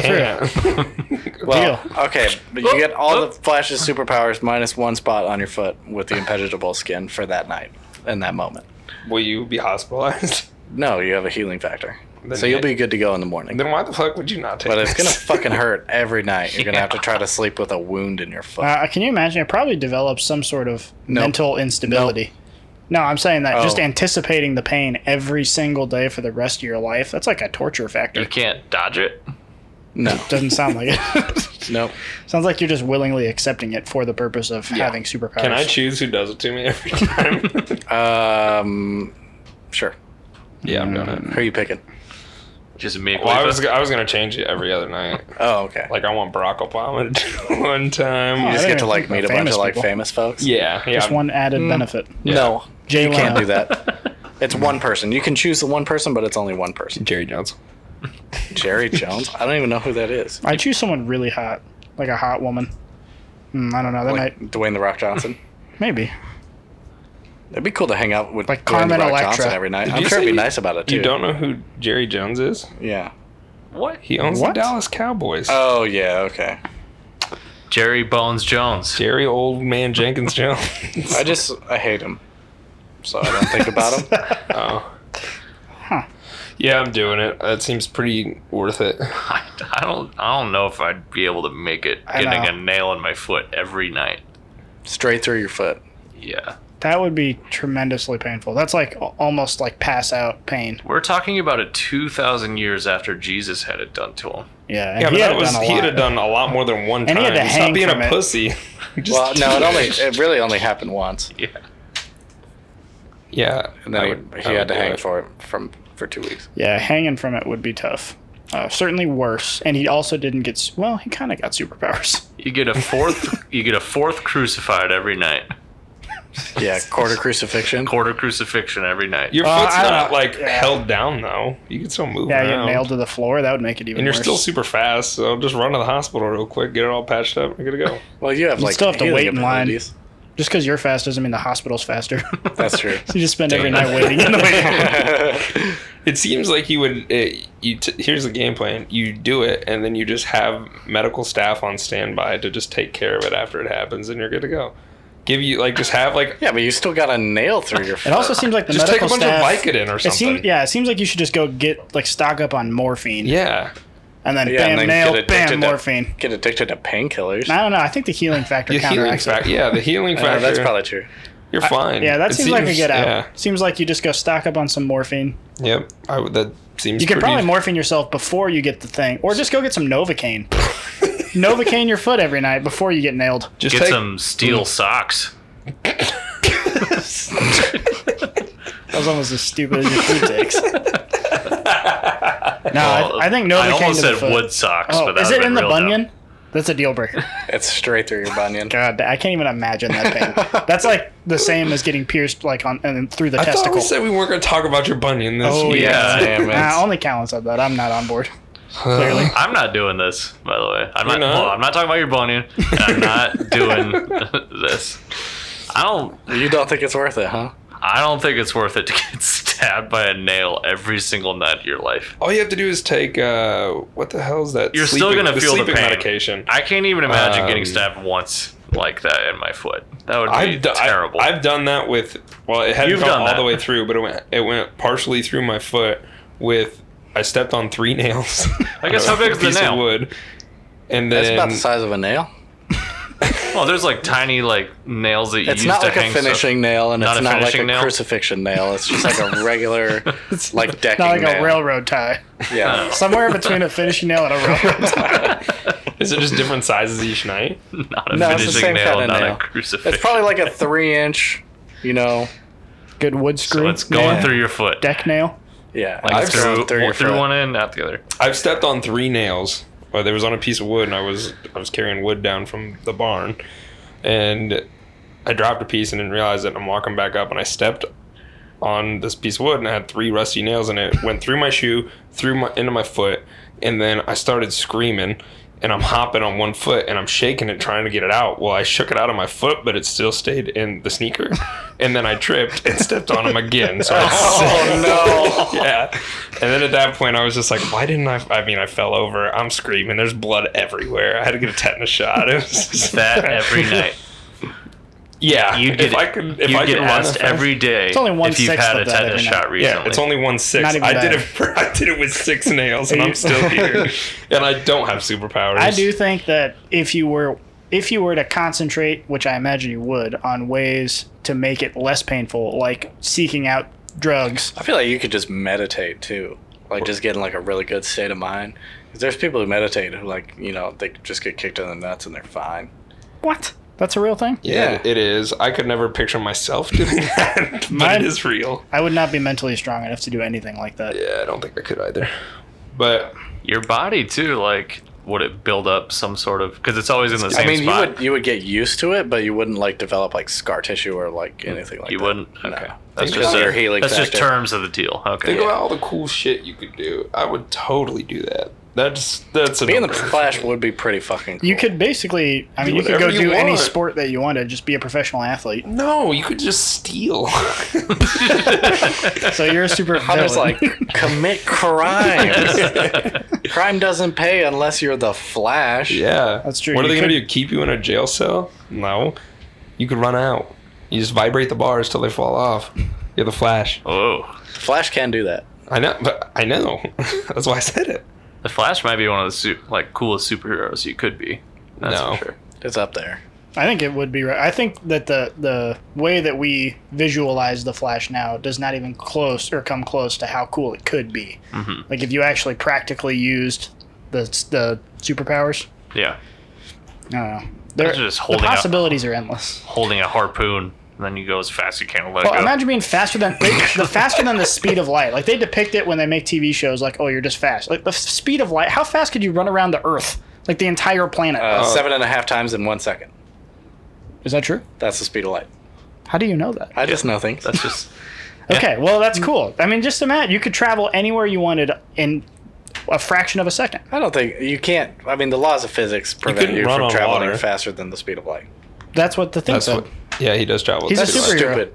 Speaker 1: [LAUGHS]
Speaker 4: through.
Speaker 2: Well,
Speaker 4: Deal.
Speaker 2: okay, but
Speaker 1: Oh,
Speaker 2: you get all the Flash's superpowers minus one spot on your foot with the impenetrable skin for that night and that moment.
Speaker 1: Will you be hospitalized?
Speaker 2: No, you have a healing factor.
Speaker 1: Then
Speaker 2: so you'll
Speaker 1: it-
Speaker 2: be good to go in the morning.
Speaker 1: Then why the fuck would you not take
Speaker 2: But it's
Speaker 1: this?
Speaker 2: gonna fucking hurt every night. You're gonna have to try to sleep with a wound in your foot.
Speaker 4: Uh, can you imagine? It probably develops some sort of
Speaker 2: Nope.
Speaker 4: mental instability. No, I'm saying that just
Speaker 2: Oh.
Speaker 4: anticipating the pain every single day for the rest of your life. That's like a torture factor.
Speaker 3: You can't dodge it.
Speaker 2: no,
Speaker 4: Doesn't sound
Speaker 2: [LAUGHS]
Speaker 4: like it. [LAUGHS]
Speaker 2: no.
Speaker 4: Sounds like you're just willingly accepting it for the purpose of having
Speaker 1: [LAUGHS]
Speaker 4: superpowers.
Speaker 1: Can I choose who does it to me every time?
Speaker 2: Um, sure.
Speaker 1: yeah, I'm doing it.
Speaker 2: Who are you picking?
Speaker 3: Just make
Speaker 1: Well, I was I was gonna change it every other night.
Speaker 2: Oh, okay.
Speaker 1: Like I want Barack Obama to do [LAUGHS] one
Speaker 4: Oh,
Speaker 1: time.
Speaker 2: you just
Speaker 4: I
Speaker 2: get to
Speaker 4: don't
Speaker 2: like
Speaker 4: even
Speaker 2: meet a
Speaker 4: think about
Speaker 2: bunch of like
Speaker 4: famous people.
Speaker 2: famous folks.
Speaker 1: Yeah, yeah.
Speaker 4: Just one added benefit.
Speaker 2: No,
Speaker 4: Jay
Speaker 2: you can't
Speaker 4: Leno.
Speaker 1: [LAUGHS]
Speaker 2: do that. It's one person. You can choose the one person, but it's only one person.
Speaker 1: Jerry Jones. [LAUGHS]
Speaker 2: Jerry Jones. I don't even know who that is.
Speaker 4: I choose someone really hot, like a hot woman. Hmm, I don't know. That
Speaker 2: Like
Speaker 4: might
Speaker 2: Dwayne the Rock Johnson.
Speaker 4: maybe.
Speaker 2: It'd be cool to hang out with
Speaker 4: Like
Speaker 2: like
Speaker 4: Carmen
Speaker 2: Dwayne the Rock
Speaker 4: Electra.
Speaker 2: Johnson every night.
Speaker 1: Did
Speaker 2: I'm
Speaker 1: you
Speaker 2: sure
Speaker 1: say
Speaker 2: it'd be
Speaker 1: you-
Speaker 2: nice about it too.
Speaker 1: You don't know who Jerry Jones is?
Speaker 2: Yeah.
Speaker 3: What?
Speaker 1: He owns
Speaker 4: What?
Speaker 1: the Dallas Cowboys.
Speaker 2: Oh yeah. Okay.
Speaker 3: Jerry Bones Jones.
Speaker 1: Jerry Old Man Jenkins Jones.
Speaker 2: [LAUGHS] I just I hate him, so I don't think about him.
Speaker 4: [LAUGHS]
Speaker 1: oh. Yeah, I'm doing it. That seems pretty worth it.
Speaker 3: I, [LAUGHS] I don't. I don't know if I'd be able to make it.
Speaker 4: I
Speaker 3: Getting a
Speaker 4: know.
Speaker 3: nail in my foot every night.
Speaker 2: Straight through your foot.
Speaker 3: Yeah.
Speaker 4: That would be tremendously painful. That's like al- almost like pass out pain.
Speaker 3: We're talking about it 2,000 years after Jesus had it done to him.
Speaker 4: Yeah, and
Speaker 1: Yeah, but
Speaker 4: he had
Speaker 1: that was
Speaker 4: done a
Speaker 1: he
Speaker 4: lot.
Speaker 1: had done a lot more than one
Speaker 4: And
Speaker 1: time.
Speaker 4: he had to hang
Speaker 1: Stop being
Speaker 4: from
Speaker 1: a
Speaker 4: it. [LAUGHS]
Speaker 1: pussy. Just
Speaker 2: Well,
Speaker 1: [LAUGHS]
Speaker 2: no, it only it really only happened once,
Speaker 3: Yeah.
Speaker 1: Yeah.
Speaker 2: and then
Speaker 1: I
Speaker 2: he,
Speaker 1: would-
Speaker 2: he
Speaker 1: I would
Speaker 2: had to
Speaker 1: do
Speaker 2: hang
Speaker 1: it.
Speaker 2: for it from for two weeks.
Speaker 4: yeah, hanging from it would be tough. Uh, certainly worse. And he also didn't get. s- Well, he kind of got superpowers. [LAUGHS]
Speaker 3: You get a fourth. you get a fourth crucified every night.
Speaker 2: [LAUGHS] Yeah, quarter crucifixion.
Speaker 3: Quarter crucifixion every night.
Speaker 1: Your
Speaker 4: Uh,
Speaker 1: foot's
Speaker 4: I don't
Speaker 1: not
Speaker 4: know.
Speaker 1: like held down though. You can still move.
Speaker 4: Yeah, you
Speaker 1: around.
Speaker 4: get nailed to the floor. That would make it even
Speaker 1: And you're
Speaker 4: worse.
Speaker 1: still super fast, so just run to the hospital real quick, get it all patched up, and you're good to go.
Speaker 2: [LAUGHS] Well, you have
Speaker 4: You
Speaker 2: like
Speaker 4: still have to
Speaker 2: healing
Speaker 4: wait in line.
Speaker 2: abilities.
Speaker 4: Just because you're fast doesn't mean the hospital's faster.
Speaker 2: [LAUGHS]
Speaker 4: [LAUGHS]
Speaker 2: That's true.
Speaker 4: you just spend every night
Speaker 1: [LAUGHS]
Speaker 4: waiting in the waiting room.
Speaker 1: It seems like you would. It, you t- here's the game plan: you do it, and then you just have medical staff on standby to just take care of it after it happens, and you're good to go. Give you like just have like
Speaker 2: [LAUGHS] yeah, but you still got a nail through your.
Speaker 4: [LAUGHS] It also seems like the
Speaker 1: just take a
Speaker 4: medical
Speaker 1: bunch
Speaker 4: staff.
Speaker 1: of Vicodin or
Speaker 4: it
Speaker 1: something.
Speaker 4: seems, yeah, it seems like you should just go get like stock up on morphine,
Speaker 1: yeah.
Speaker 4: and then
Speaker 2: Yeah, and
Speaker 4: bam,
Speaker 2: then
Speaker 4: nail,
Speaker 2: get addicted
Speaker 4: bam,
Speaker 2: to-
Speaker 4: morphine.
Speaker 2: [LAUGHS] get addicted to painkillers.
Speaker 4: I don't know. I think the healing factor
Speaker 1: The healing
Speaker 4: counteracts. it.
Speaker 1: factor. Yeah, the healing
Speaker 2: I know,
Speaker 1: factor.
Speaker 2: that's probably true.
Speaker 1: you're fine.
Speaker 4: Yeah, that
Speaker 1: It
Speaker 4: seems, like a get out.
Speaker 1: Yeah.
Speaker 4: Seems like you just go stock up on some morphine.
Speaker 1: Yep. I would, that seems.
Speaker 4: You could
Speaker 1: pretty-
Speaker 4: probably morphine yourself before you get the thing, or just go get some Novocaine. Novocaine your foot every night before you get nailed.
Speaker 1: just
Speaker 3: Get
Speaker 1: take,
Speaker 3: some steel socks.
Speaker 4: That was almost as stupid as your food takes. No, I, I think Novocaine.
Speaker 3: I almost
Speaker 4: to the
Speaker 3: said
Speaker 4: foot.
Speaker 3: wood socks,
Speaker 4: Oh,
Speaker 3: but that
Speaker 4: is
Speaker 3: would've
Speaker 4: it
Speaker 3: been
Speaker 4: in the
Speaker 3: real dumb.
Speaker 4: bunion? That's a deal breaker.
Speaker 2: It's straight through your bunion.
Speaker 4: [LAUGHS] God, I can't even imagine that
Speaker 1: [LAUGHS]
Speaker 4: pain. That's like the same as getting pierced, like on and then through the
Speaker 1: I thought
Speaker 4: testicle.
Speaker 1: we said we weren't going to talk about your bunion this
Speaker 4: Oh,
Speaker 1: week.
Speaker 3: Yeah,
Speaker 2: Damn
Speaker 1: [LAUGHS]
Speaker 2: it.
Speaker 4: nah, only Callan said that. I'm not on board. Clearly,
Speaker 3: I'm not doing this, by the way. I'm not,
Speaker 1: not?
Speaker 3: hold on, I'm not talking about your bunion. and
Speaker 1: [LAUGHS]
Speaker 3: I'm not doing this. I don't.
Speaker 2: You don't think it's worth it, huh?
Speaker 3: I don't think it's worth it to get [LAUGHS] stabbed by a nail every single night of your life.
Speaker 1: All you have to do is take uh, what the hell is that?
Speaker 3: You're still
Speaker 1: sleeping-
Speaker 3: gonna feel the
Speaker 1: sleeping
Speaker 3: pain.
Speaker 1: medication.
Speaker 3: I can't even imagine
Speaker 1: Um,
Speaker 3: getting stabbed once like that in my foot. That would be
Speaker 1: I've, do-
Speaker 3: terrible.
Speaker 1: I, have done that with well, it hadn't
Speaker 3: You've
Speaker 1: gone
Speaker 3: done
Speaker 1: all
Speaker 3: that.
Speaker 1: the way through, but it went it went partially through my foot with I stepped on three nails.
Speaker 3: I
Speaker 1: [LAUGHS]
Speaker 3: guess how big is the
Speaker 1: Piece of
Speaker 3: nail?
Speaker 1: Wood, and
Speaker 2: It's
Speaker 1: then
Speaker 2: about the size of a nail.
Speaker 3: well, there's like tiny like nails that you
Speaker 2: It's
Speaker 3: use
Speaker 2: not
Speaker 3: to
Speaker 2: like
Speaker 3: hang
Speaker 2: a
Speaker 3: stuff.
Speaker 2: finishing nail, and
Speaker 3: Not
Speaker 2: it's
Speaker 3: a
Speaker 2: not like a
Speaker 3: finishing nail?
Speaker 2: crucifixion nail. It's just like
Speaker 3: [LAUGHS]
Speaker 2: a regular, like decking
Speaker 4: not like
Speaker 2: nail.
Speaker 4: a railroad tie.
Speaker 3: [LAUGHS]
Speaker 2: Yeah.
Speaker 4: Somewhere between a finishing nail and
Speaker 1: [LAUGHS]
Speaker 4: a railroad tie.
Speaker 1: is it just different sizes each night?
Speaker 3: Not a
Speaker 2: No, it's the
Speaker 3: finishing
Speaker 2: same
Speaker 3: nail,
Speaker 2: kinda
Speaker 3: not
Speaker 2: nail.
Speaker 3: a crucifixion.
Speaker 2: It's probably like a three inch, you know.
Speaker 4: Good wood
Speaker 3: so
Speaker 4: screw.
Speaker 3: it's going
Speaker 4: nail,
Speaker 3: through your foot.
Speaker 4: deck nail.
Speaker 2: Yeah.
Speaker 3: like
Speaker 2: it's
Speaker 3: through,
Speaker 2: going
Speaker 3: through,
Speaker 2: your foot.
Speaker 3: one end, out
Speaker 2: [LAUGHS]
Speaker 3: the other.
Speaker 1: I've stepped on three nails. Well, there was on a piece of wood, and I was I was carrying wood down from the barn, and I dropped a piece and didn't realize it. and I'm walking back up, and I stepped on this piece of wood, and I had three rusty nails, and it went through my shoe, through my into my foot, and then I started screaming. And I'm hopping on one foot and I'm shaking it, trying to get it out. Well, I shook it out of my foot, but it still stayed in the sneaker. And then I tripped and stepped on them again. So I
Speaker 2: [LAUGHS] Oh no.
Speaker 1: yeah. And then at that point, I was just like, why didn't I? I mean, I fell over. I'm screaming. There's blood everywhere. I had to get a tetanus shot. It was [LAUGHS] just
Speaker 3: That every night.
Speaker 1: Yeah.
Speaker 3: You
Speaker 1: if
Speaker 3: get,
Speaker 1: I could, if
Speaker 3: you
Speaker 1: I
Speaker 3: get
Speaker 1: could run
Speaker 3: asked
Speaker 1: that fast-
Speaker 3: every day
Speaker 4: It's only
Speaker 3: if you've
Speaker 4: one-sixth
Speaker 3: had a
Speaker 4: of that every
Speaker 3: tetanus
Speaker 4: night.
Speaker 3: shot recently.
Speaker 1: Yeah, it's only one six.
Speaker 4: Not even
Speaker 1: I did
Speaker 4: that.
Speaker 1: it. For, I did it with
Speaker 4: [LAUGHS]
Speaker 1: six nails, and
Speaker 4: Are
Speaker 1: I'm
Speaker 4: you-
Speaker 1: still
Speaker 4: [LAUGHS]
Speaker 1: here. and I don't have superpowers.
Speaker 4: I do think that if you were if you were to concentrate, which I imagine you would, on ways to make it less painful, like seeking out drugs.
Speaker 2: I feel like you could just meditate too, like just get in like a really good state of mind. 'Cause There's people who meditate who like you know they just get kicked in the nuts and they're fine.
Speaker 4: What? That's a real thing?
Speaker 1: Yeah, it is. I could never picture myself doing [LAUGHS] that, but
Speaker 4: Mine-
Speaker 1: it is real.
Speaker 4: I would not be mentally strong enough to do anything like that.
Speaker 1: Yeah, I don't think I could either. But
Speaker 3: Your body too, like would it build up some sort of because it's always in the
Speaker 2: I
Speaker 3: same
Speaker 2: mean, you
Speaker 3: spot.
Speaker 2: would you would get used to it, but you wouldn't like develop like scar tissue or like anything like
Speaker 3: You
Speaker 2: that.
Speaker 3: wouldn't.
Speaker 2: No.
Speaker 3: Okay, that's
Speaker 2: Think
Speaker 3: just
Speaker 2: about
Speaker 3: a-
Speaker 2: your healing
Speaker 3: That's just
Speaker 2: factor.
Speaker 3: terms of the deal. Okay,
Speaker 1: think about all the cool shit you could do. I would totally do that. That's that's a
Speaker 2: Being the
Speaker 1: no-brainer.
Speaker 2: Flash would be pretty fucking. Cool.
Speaker 4: You could basically, I
Speaker 1: Do
Speaker 4: mean, you could go
Speaker 1: whatever you
Speaker 4: do any
Speaker 1: want.
Speaker 4: sport that you wanted, just be a professional athlete.
Speaker 1: No, you could just steal. [LAUGHS]
Speaker 4: So you're a super
Speaker 2: Hunter's
Speaker 4: villain.
Speaker 2: like commit crimes.
Speaker 3: [LAUGHS]
Speaker 2: Crime doesn't pay unless you're the Flash.
Speaker 1: yeah.
Speaker 4: That's true.
Speaker 1: What are
Speaker 4: You
Speaker 1: they going
Speaker 4: could-
Speaker 1: to do? Keep you in a jail cell? No. You could run out. You just vibrate the bars till they fall off. You're the Flash.
Speaker 3: Oh,
Speaker 2: Flash can do that.
Speaker 1: I know, but I know. [LAUGHS] That's why I said it.
Speaker 3: the Flash might be one of the su- like coolest superheroes you could be. That's
Speaker 1: No.
Speaker 3: for sure.
Speaker 2: It's up there.
Speaker 4: [LAUGHS] I think it would be right. I think that the the way that we visualize the Flash now does not even close or come close to how cool it could be. Like if you actually practically used the the superpowers,
Speaker 3: Yeah,
Speaker 4: I don't know.
Speaker 3: They're just holding
Speaker 4: the
Speaker 3: out-
Speaker 4: possibilities are endless.
Speaker 3: holding a harpoon and then you go as fast as you can to let it
Speaker 4: Well,
Speaker 3: go.
Speaker 4: imagine being faster than they, the faster than the speed of light. Like they depict it when they make TV shows, like oh, you're just fast. Like the f- speed of light. How fast could you run around the Earth? Like the entire planet.
Speaker 2: Uh, seven and a half times in one second.
Speaker 4: Is that true?
Speaker 2: That's the speed of light.
Speaker 4: How do you know that?
Speaker 2: I just know things.
Speaker 3: That's just
Speaker 4: Okay, well that's cool. I mean, just imagine you could travel anywhere you wanted in a fraction of a second.
Speaker 2: I don't think you can't. I mean, the laws of physics prevent
Speaker 1: couldn't
Speaker 2: you,
Speaker 1: run
Speaker 2: from
Speaker 1: on
Speaker 2: traveling
Speaker 1: water.
Speaker 2: faster than the speed of light.
Speaker 4: That's what the thing
Speaker 1: That's
Speaker 4: said.
Speaker 1: what. Yeah, he does travel.
Speaker 4: He's a
Speaker 1: That's right.
Speaker 4: superhero.
Speaker 2: Stupid.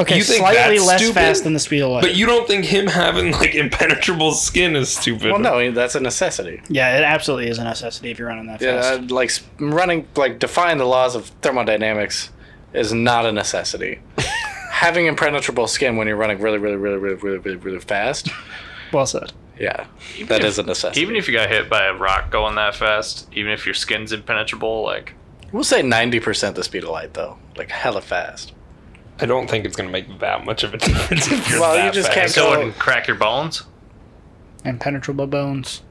Speaker 4: okay,
Speaker 1: You think
Speaker 4: slightly
Speaker 1: that's
Speaker 4: less
Speaker 1: stupid?
Speaker 4: fast than the speed of light.
Speaker 1: But you don't think him having like impenetrable skin is stupid?
Speaker 2: Well, no, I mean, that's a necessity.
Speaker 4: yeah, it absolutely is a necessity if you're running that
Speaker 2: Yeah,
Speaker 4: fast.
Speaker 2: uh, like s- running, like defying the laws of thermodynamics is not a necessity. Having impenetrable skin when you're running really, really, really, really, really, really, really fast,
Speaker 4: well said.
Speaker 2: yeah, that
Speaker 3: if-
Speaker 2: is a necessity.
Speaker 3: even if you got hit by a rock going that fast, even if your skin's impenetrable, like
Speaker 2: we'll say ninety percent the speed of light, though, like hella fast.
Speaker 1: I don't think it's gonna make that much of a [LAUGHS] difference. If you're
Speaker 2: Well, you
Speaker 1: that
Speaker 2: just
Speaker 1: fast.
Speaker 3: it
Speaker 2: can't
Speaker 3: still
Speaker 2: go-
Speaker 3: wouldn't crack your bones.
Speaker 4: Impenetrable bones.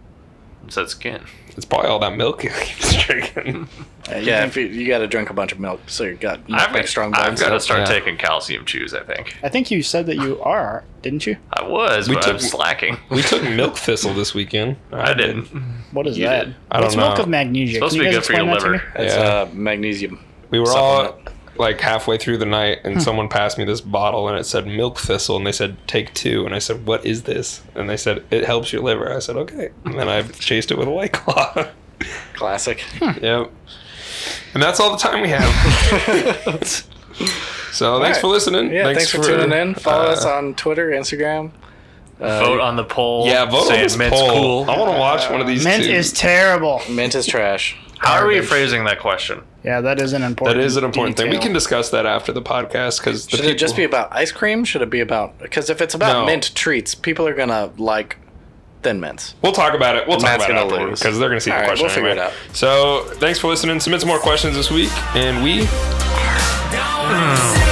Speaker 3: It's that skin.
Speaker 1: It's probably all that milk he keeps [LAUGHS] drinking.
Speaker 2: Uh, yeah, if you, you got to drink a bunch of milk, so your gut
Speaker 3: I've,
Speaker 2: not make strong
Speaker 3: I've
Speaker 2: bones.
Speaker 3: got to start
Speaker 1: Yeah.
Speaker 3: taking calcium chews. I think
Speaker 4: I think you said that you are, didn't you?
Speaker 3: I was,
Speaker 1: We
Speaker 3: but
Speaker 1: took-
Speaker 3: I'm slacking.
Speaker 1: We
Speaker 3: [LAUGHS]
Speaker 1: took milk thistle this weekend.
Speaker 3: I didn't.
Speaker 4: What is
Speaker 3: You
Speaker 4: that?
Speaker 3: did.
Speaker 1: I don't
Speaker 4: What's milk
Speaker 1: know.
Speaker 4: of magnesia?
Speaker 3: supposed
Speaker 4: Can
Speaker 3: to be
Speaker 4: you guys
Speaker 3: good for your
Speaker 4: explain that
Speaker 3: liver.
Speaker 2: It's
Speaker 1: Yeah.
Speaker 2: uh, magnesium.
Speaker 1: We were all
Speaker 2: Supplement.
Speaker 1: like halfway through the night,
Speaker 2: Hmm.
Speaker 1: and someone passed me this bottle, and it said milk thistle, and they said take two, and I said what is this? And they said it helps your liver. I said okay, and then
Speaker 2: [LAUGHS]
Speaker 1: I chased it with a white claw.
Speaker 2: Classic.
Speaker 1: yep. And that's all the time we have.
Speaker 2: [LAUGHS]
Speaker 1: so thanks uh,
Speaker 2: right.
Speaker 1: for listening.
Speaker 2: Yeah, thanks, for, tuning in. Follow us on Twitter, Instagram. Uh,
Speaker 3: vote on the poll.
Speaker 1: Yeah, vote on
Speaker 3: saying
Speaker 1: this
Speaker 3: mint's
Speaker 1: poll.
Speaker 3: cool.
Speaker 1: I want to watch one of these.
Speaker 4: Mint
Speaker 1: two.
Speaker 4: is terrible.
Speaker 2: Mint is trash.
Speaker 3: How are we phrasing that question?
Speaker 4: Yeah, that is an
Speaker 1: that
Speaker 4: important.
Speaker 1: is an important thing. We
Speaker 4: detail.
Speaker 1: can discuss that after the podcast because
Speaker 2: Should it just be about ice cream? Should it be about? Because if it's about
Speaker 1: No.
Speaker 2: mint treats, people are gonna like thin mints.
Speaker 1: We'll talk about it. We'll talk
Speaker 2: Matt's
Speaker 1: about it
Speaker 2: gonna
Speaker 1: afterward
Speaker 2: lose.
Speaker 1: because they're going to see
Speaker 2: All
Speaker 1: the
Speaker 2: right,
Speaker 1: question.
Speaker 2: we'll figure
Speaker 1: anyway.
Speaker 2: it out.
Speaker 1: So thanks for listening. Submit some more questions this week, and we
Speaker 5: Don't say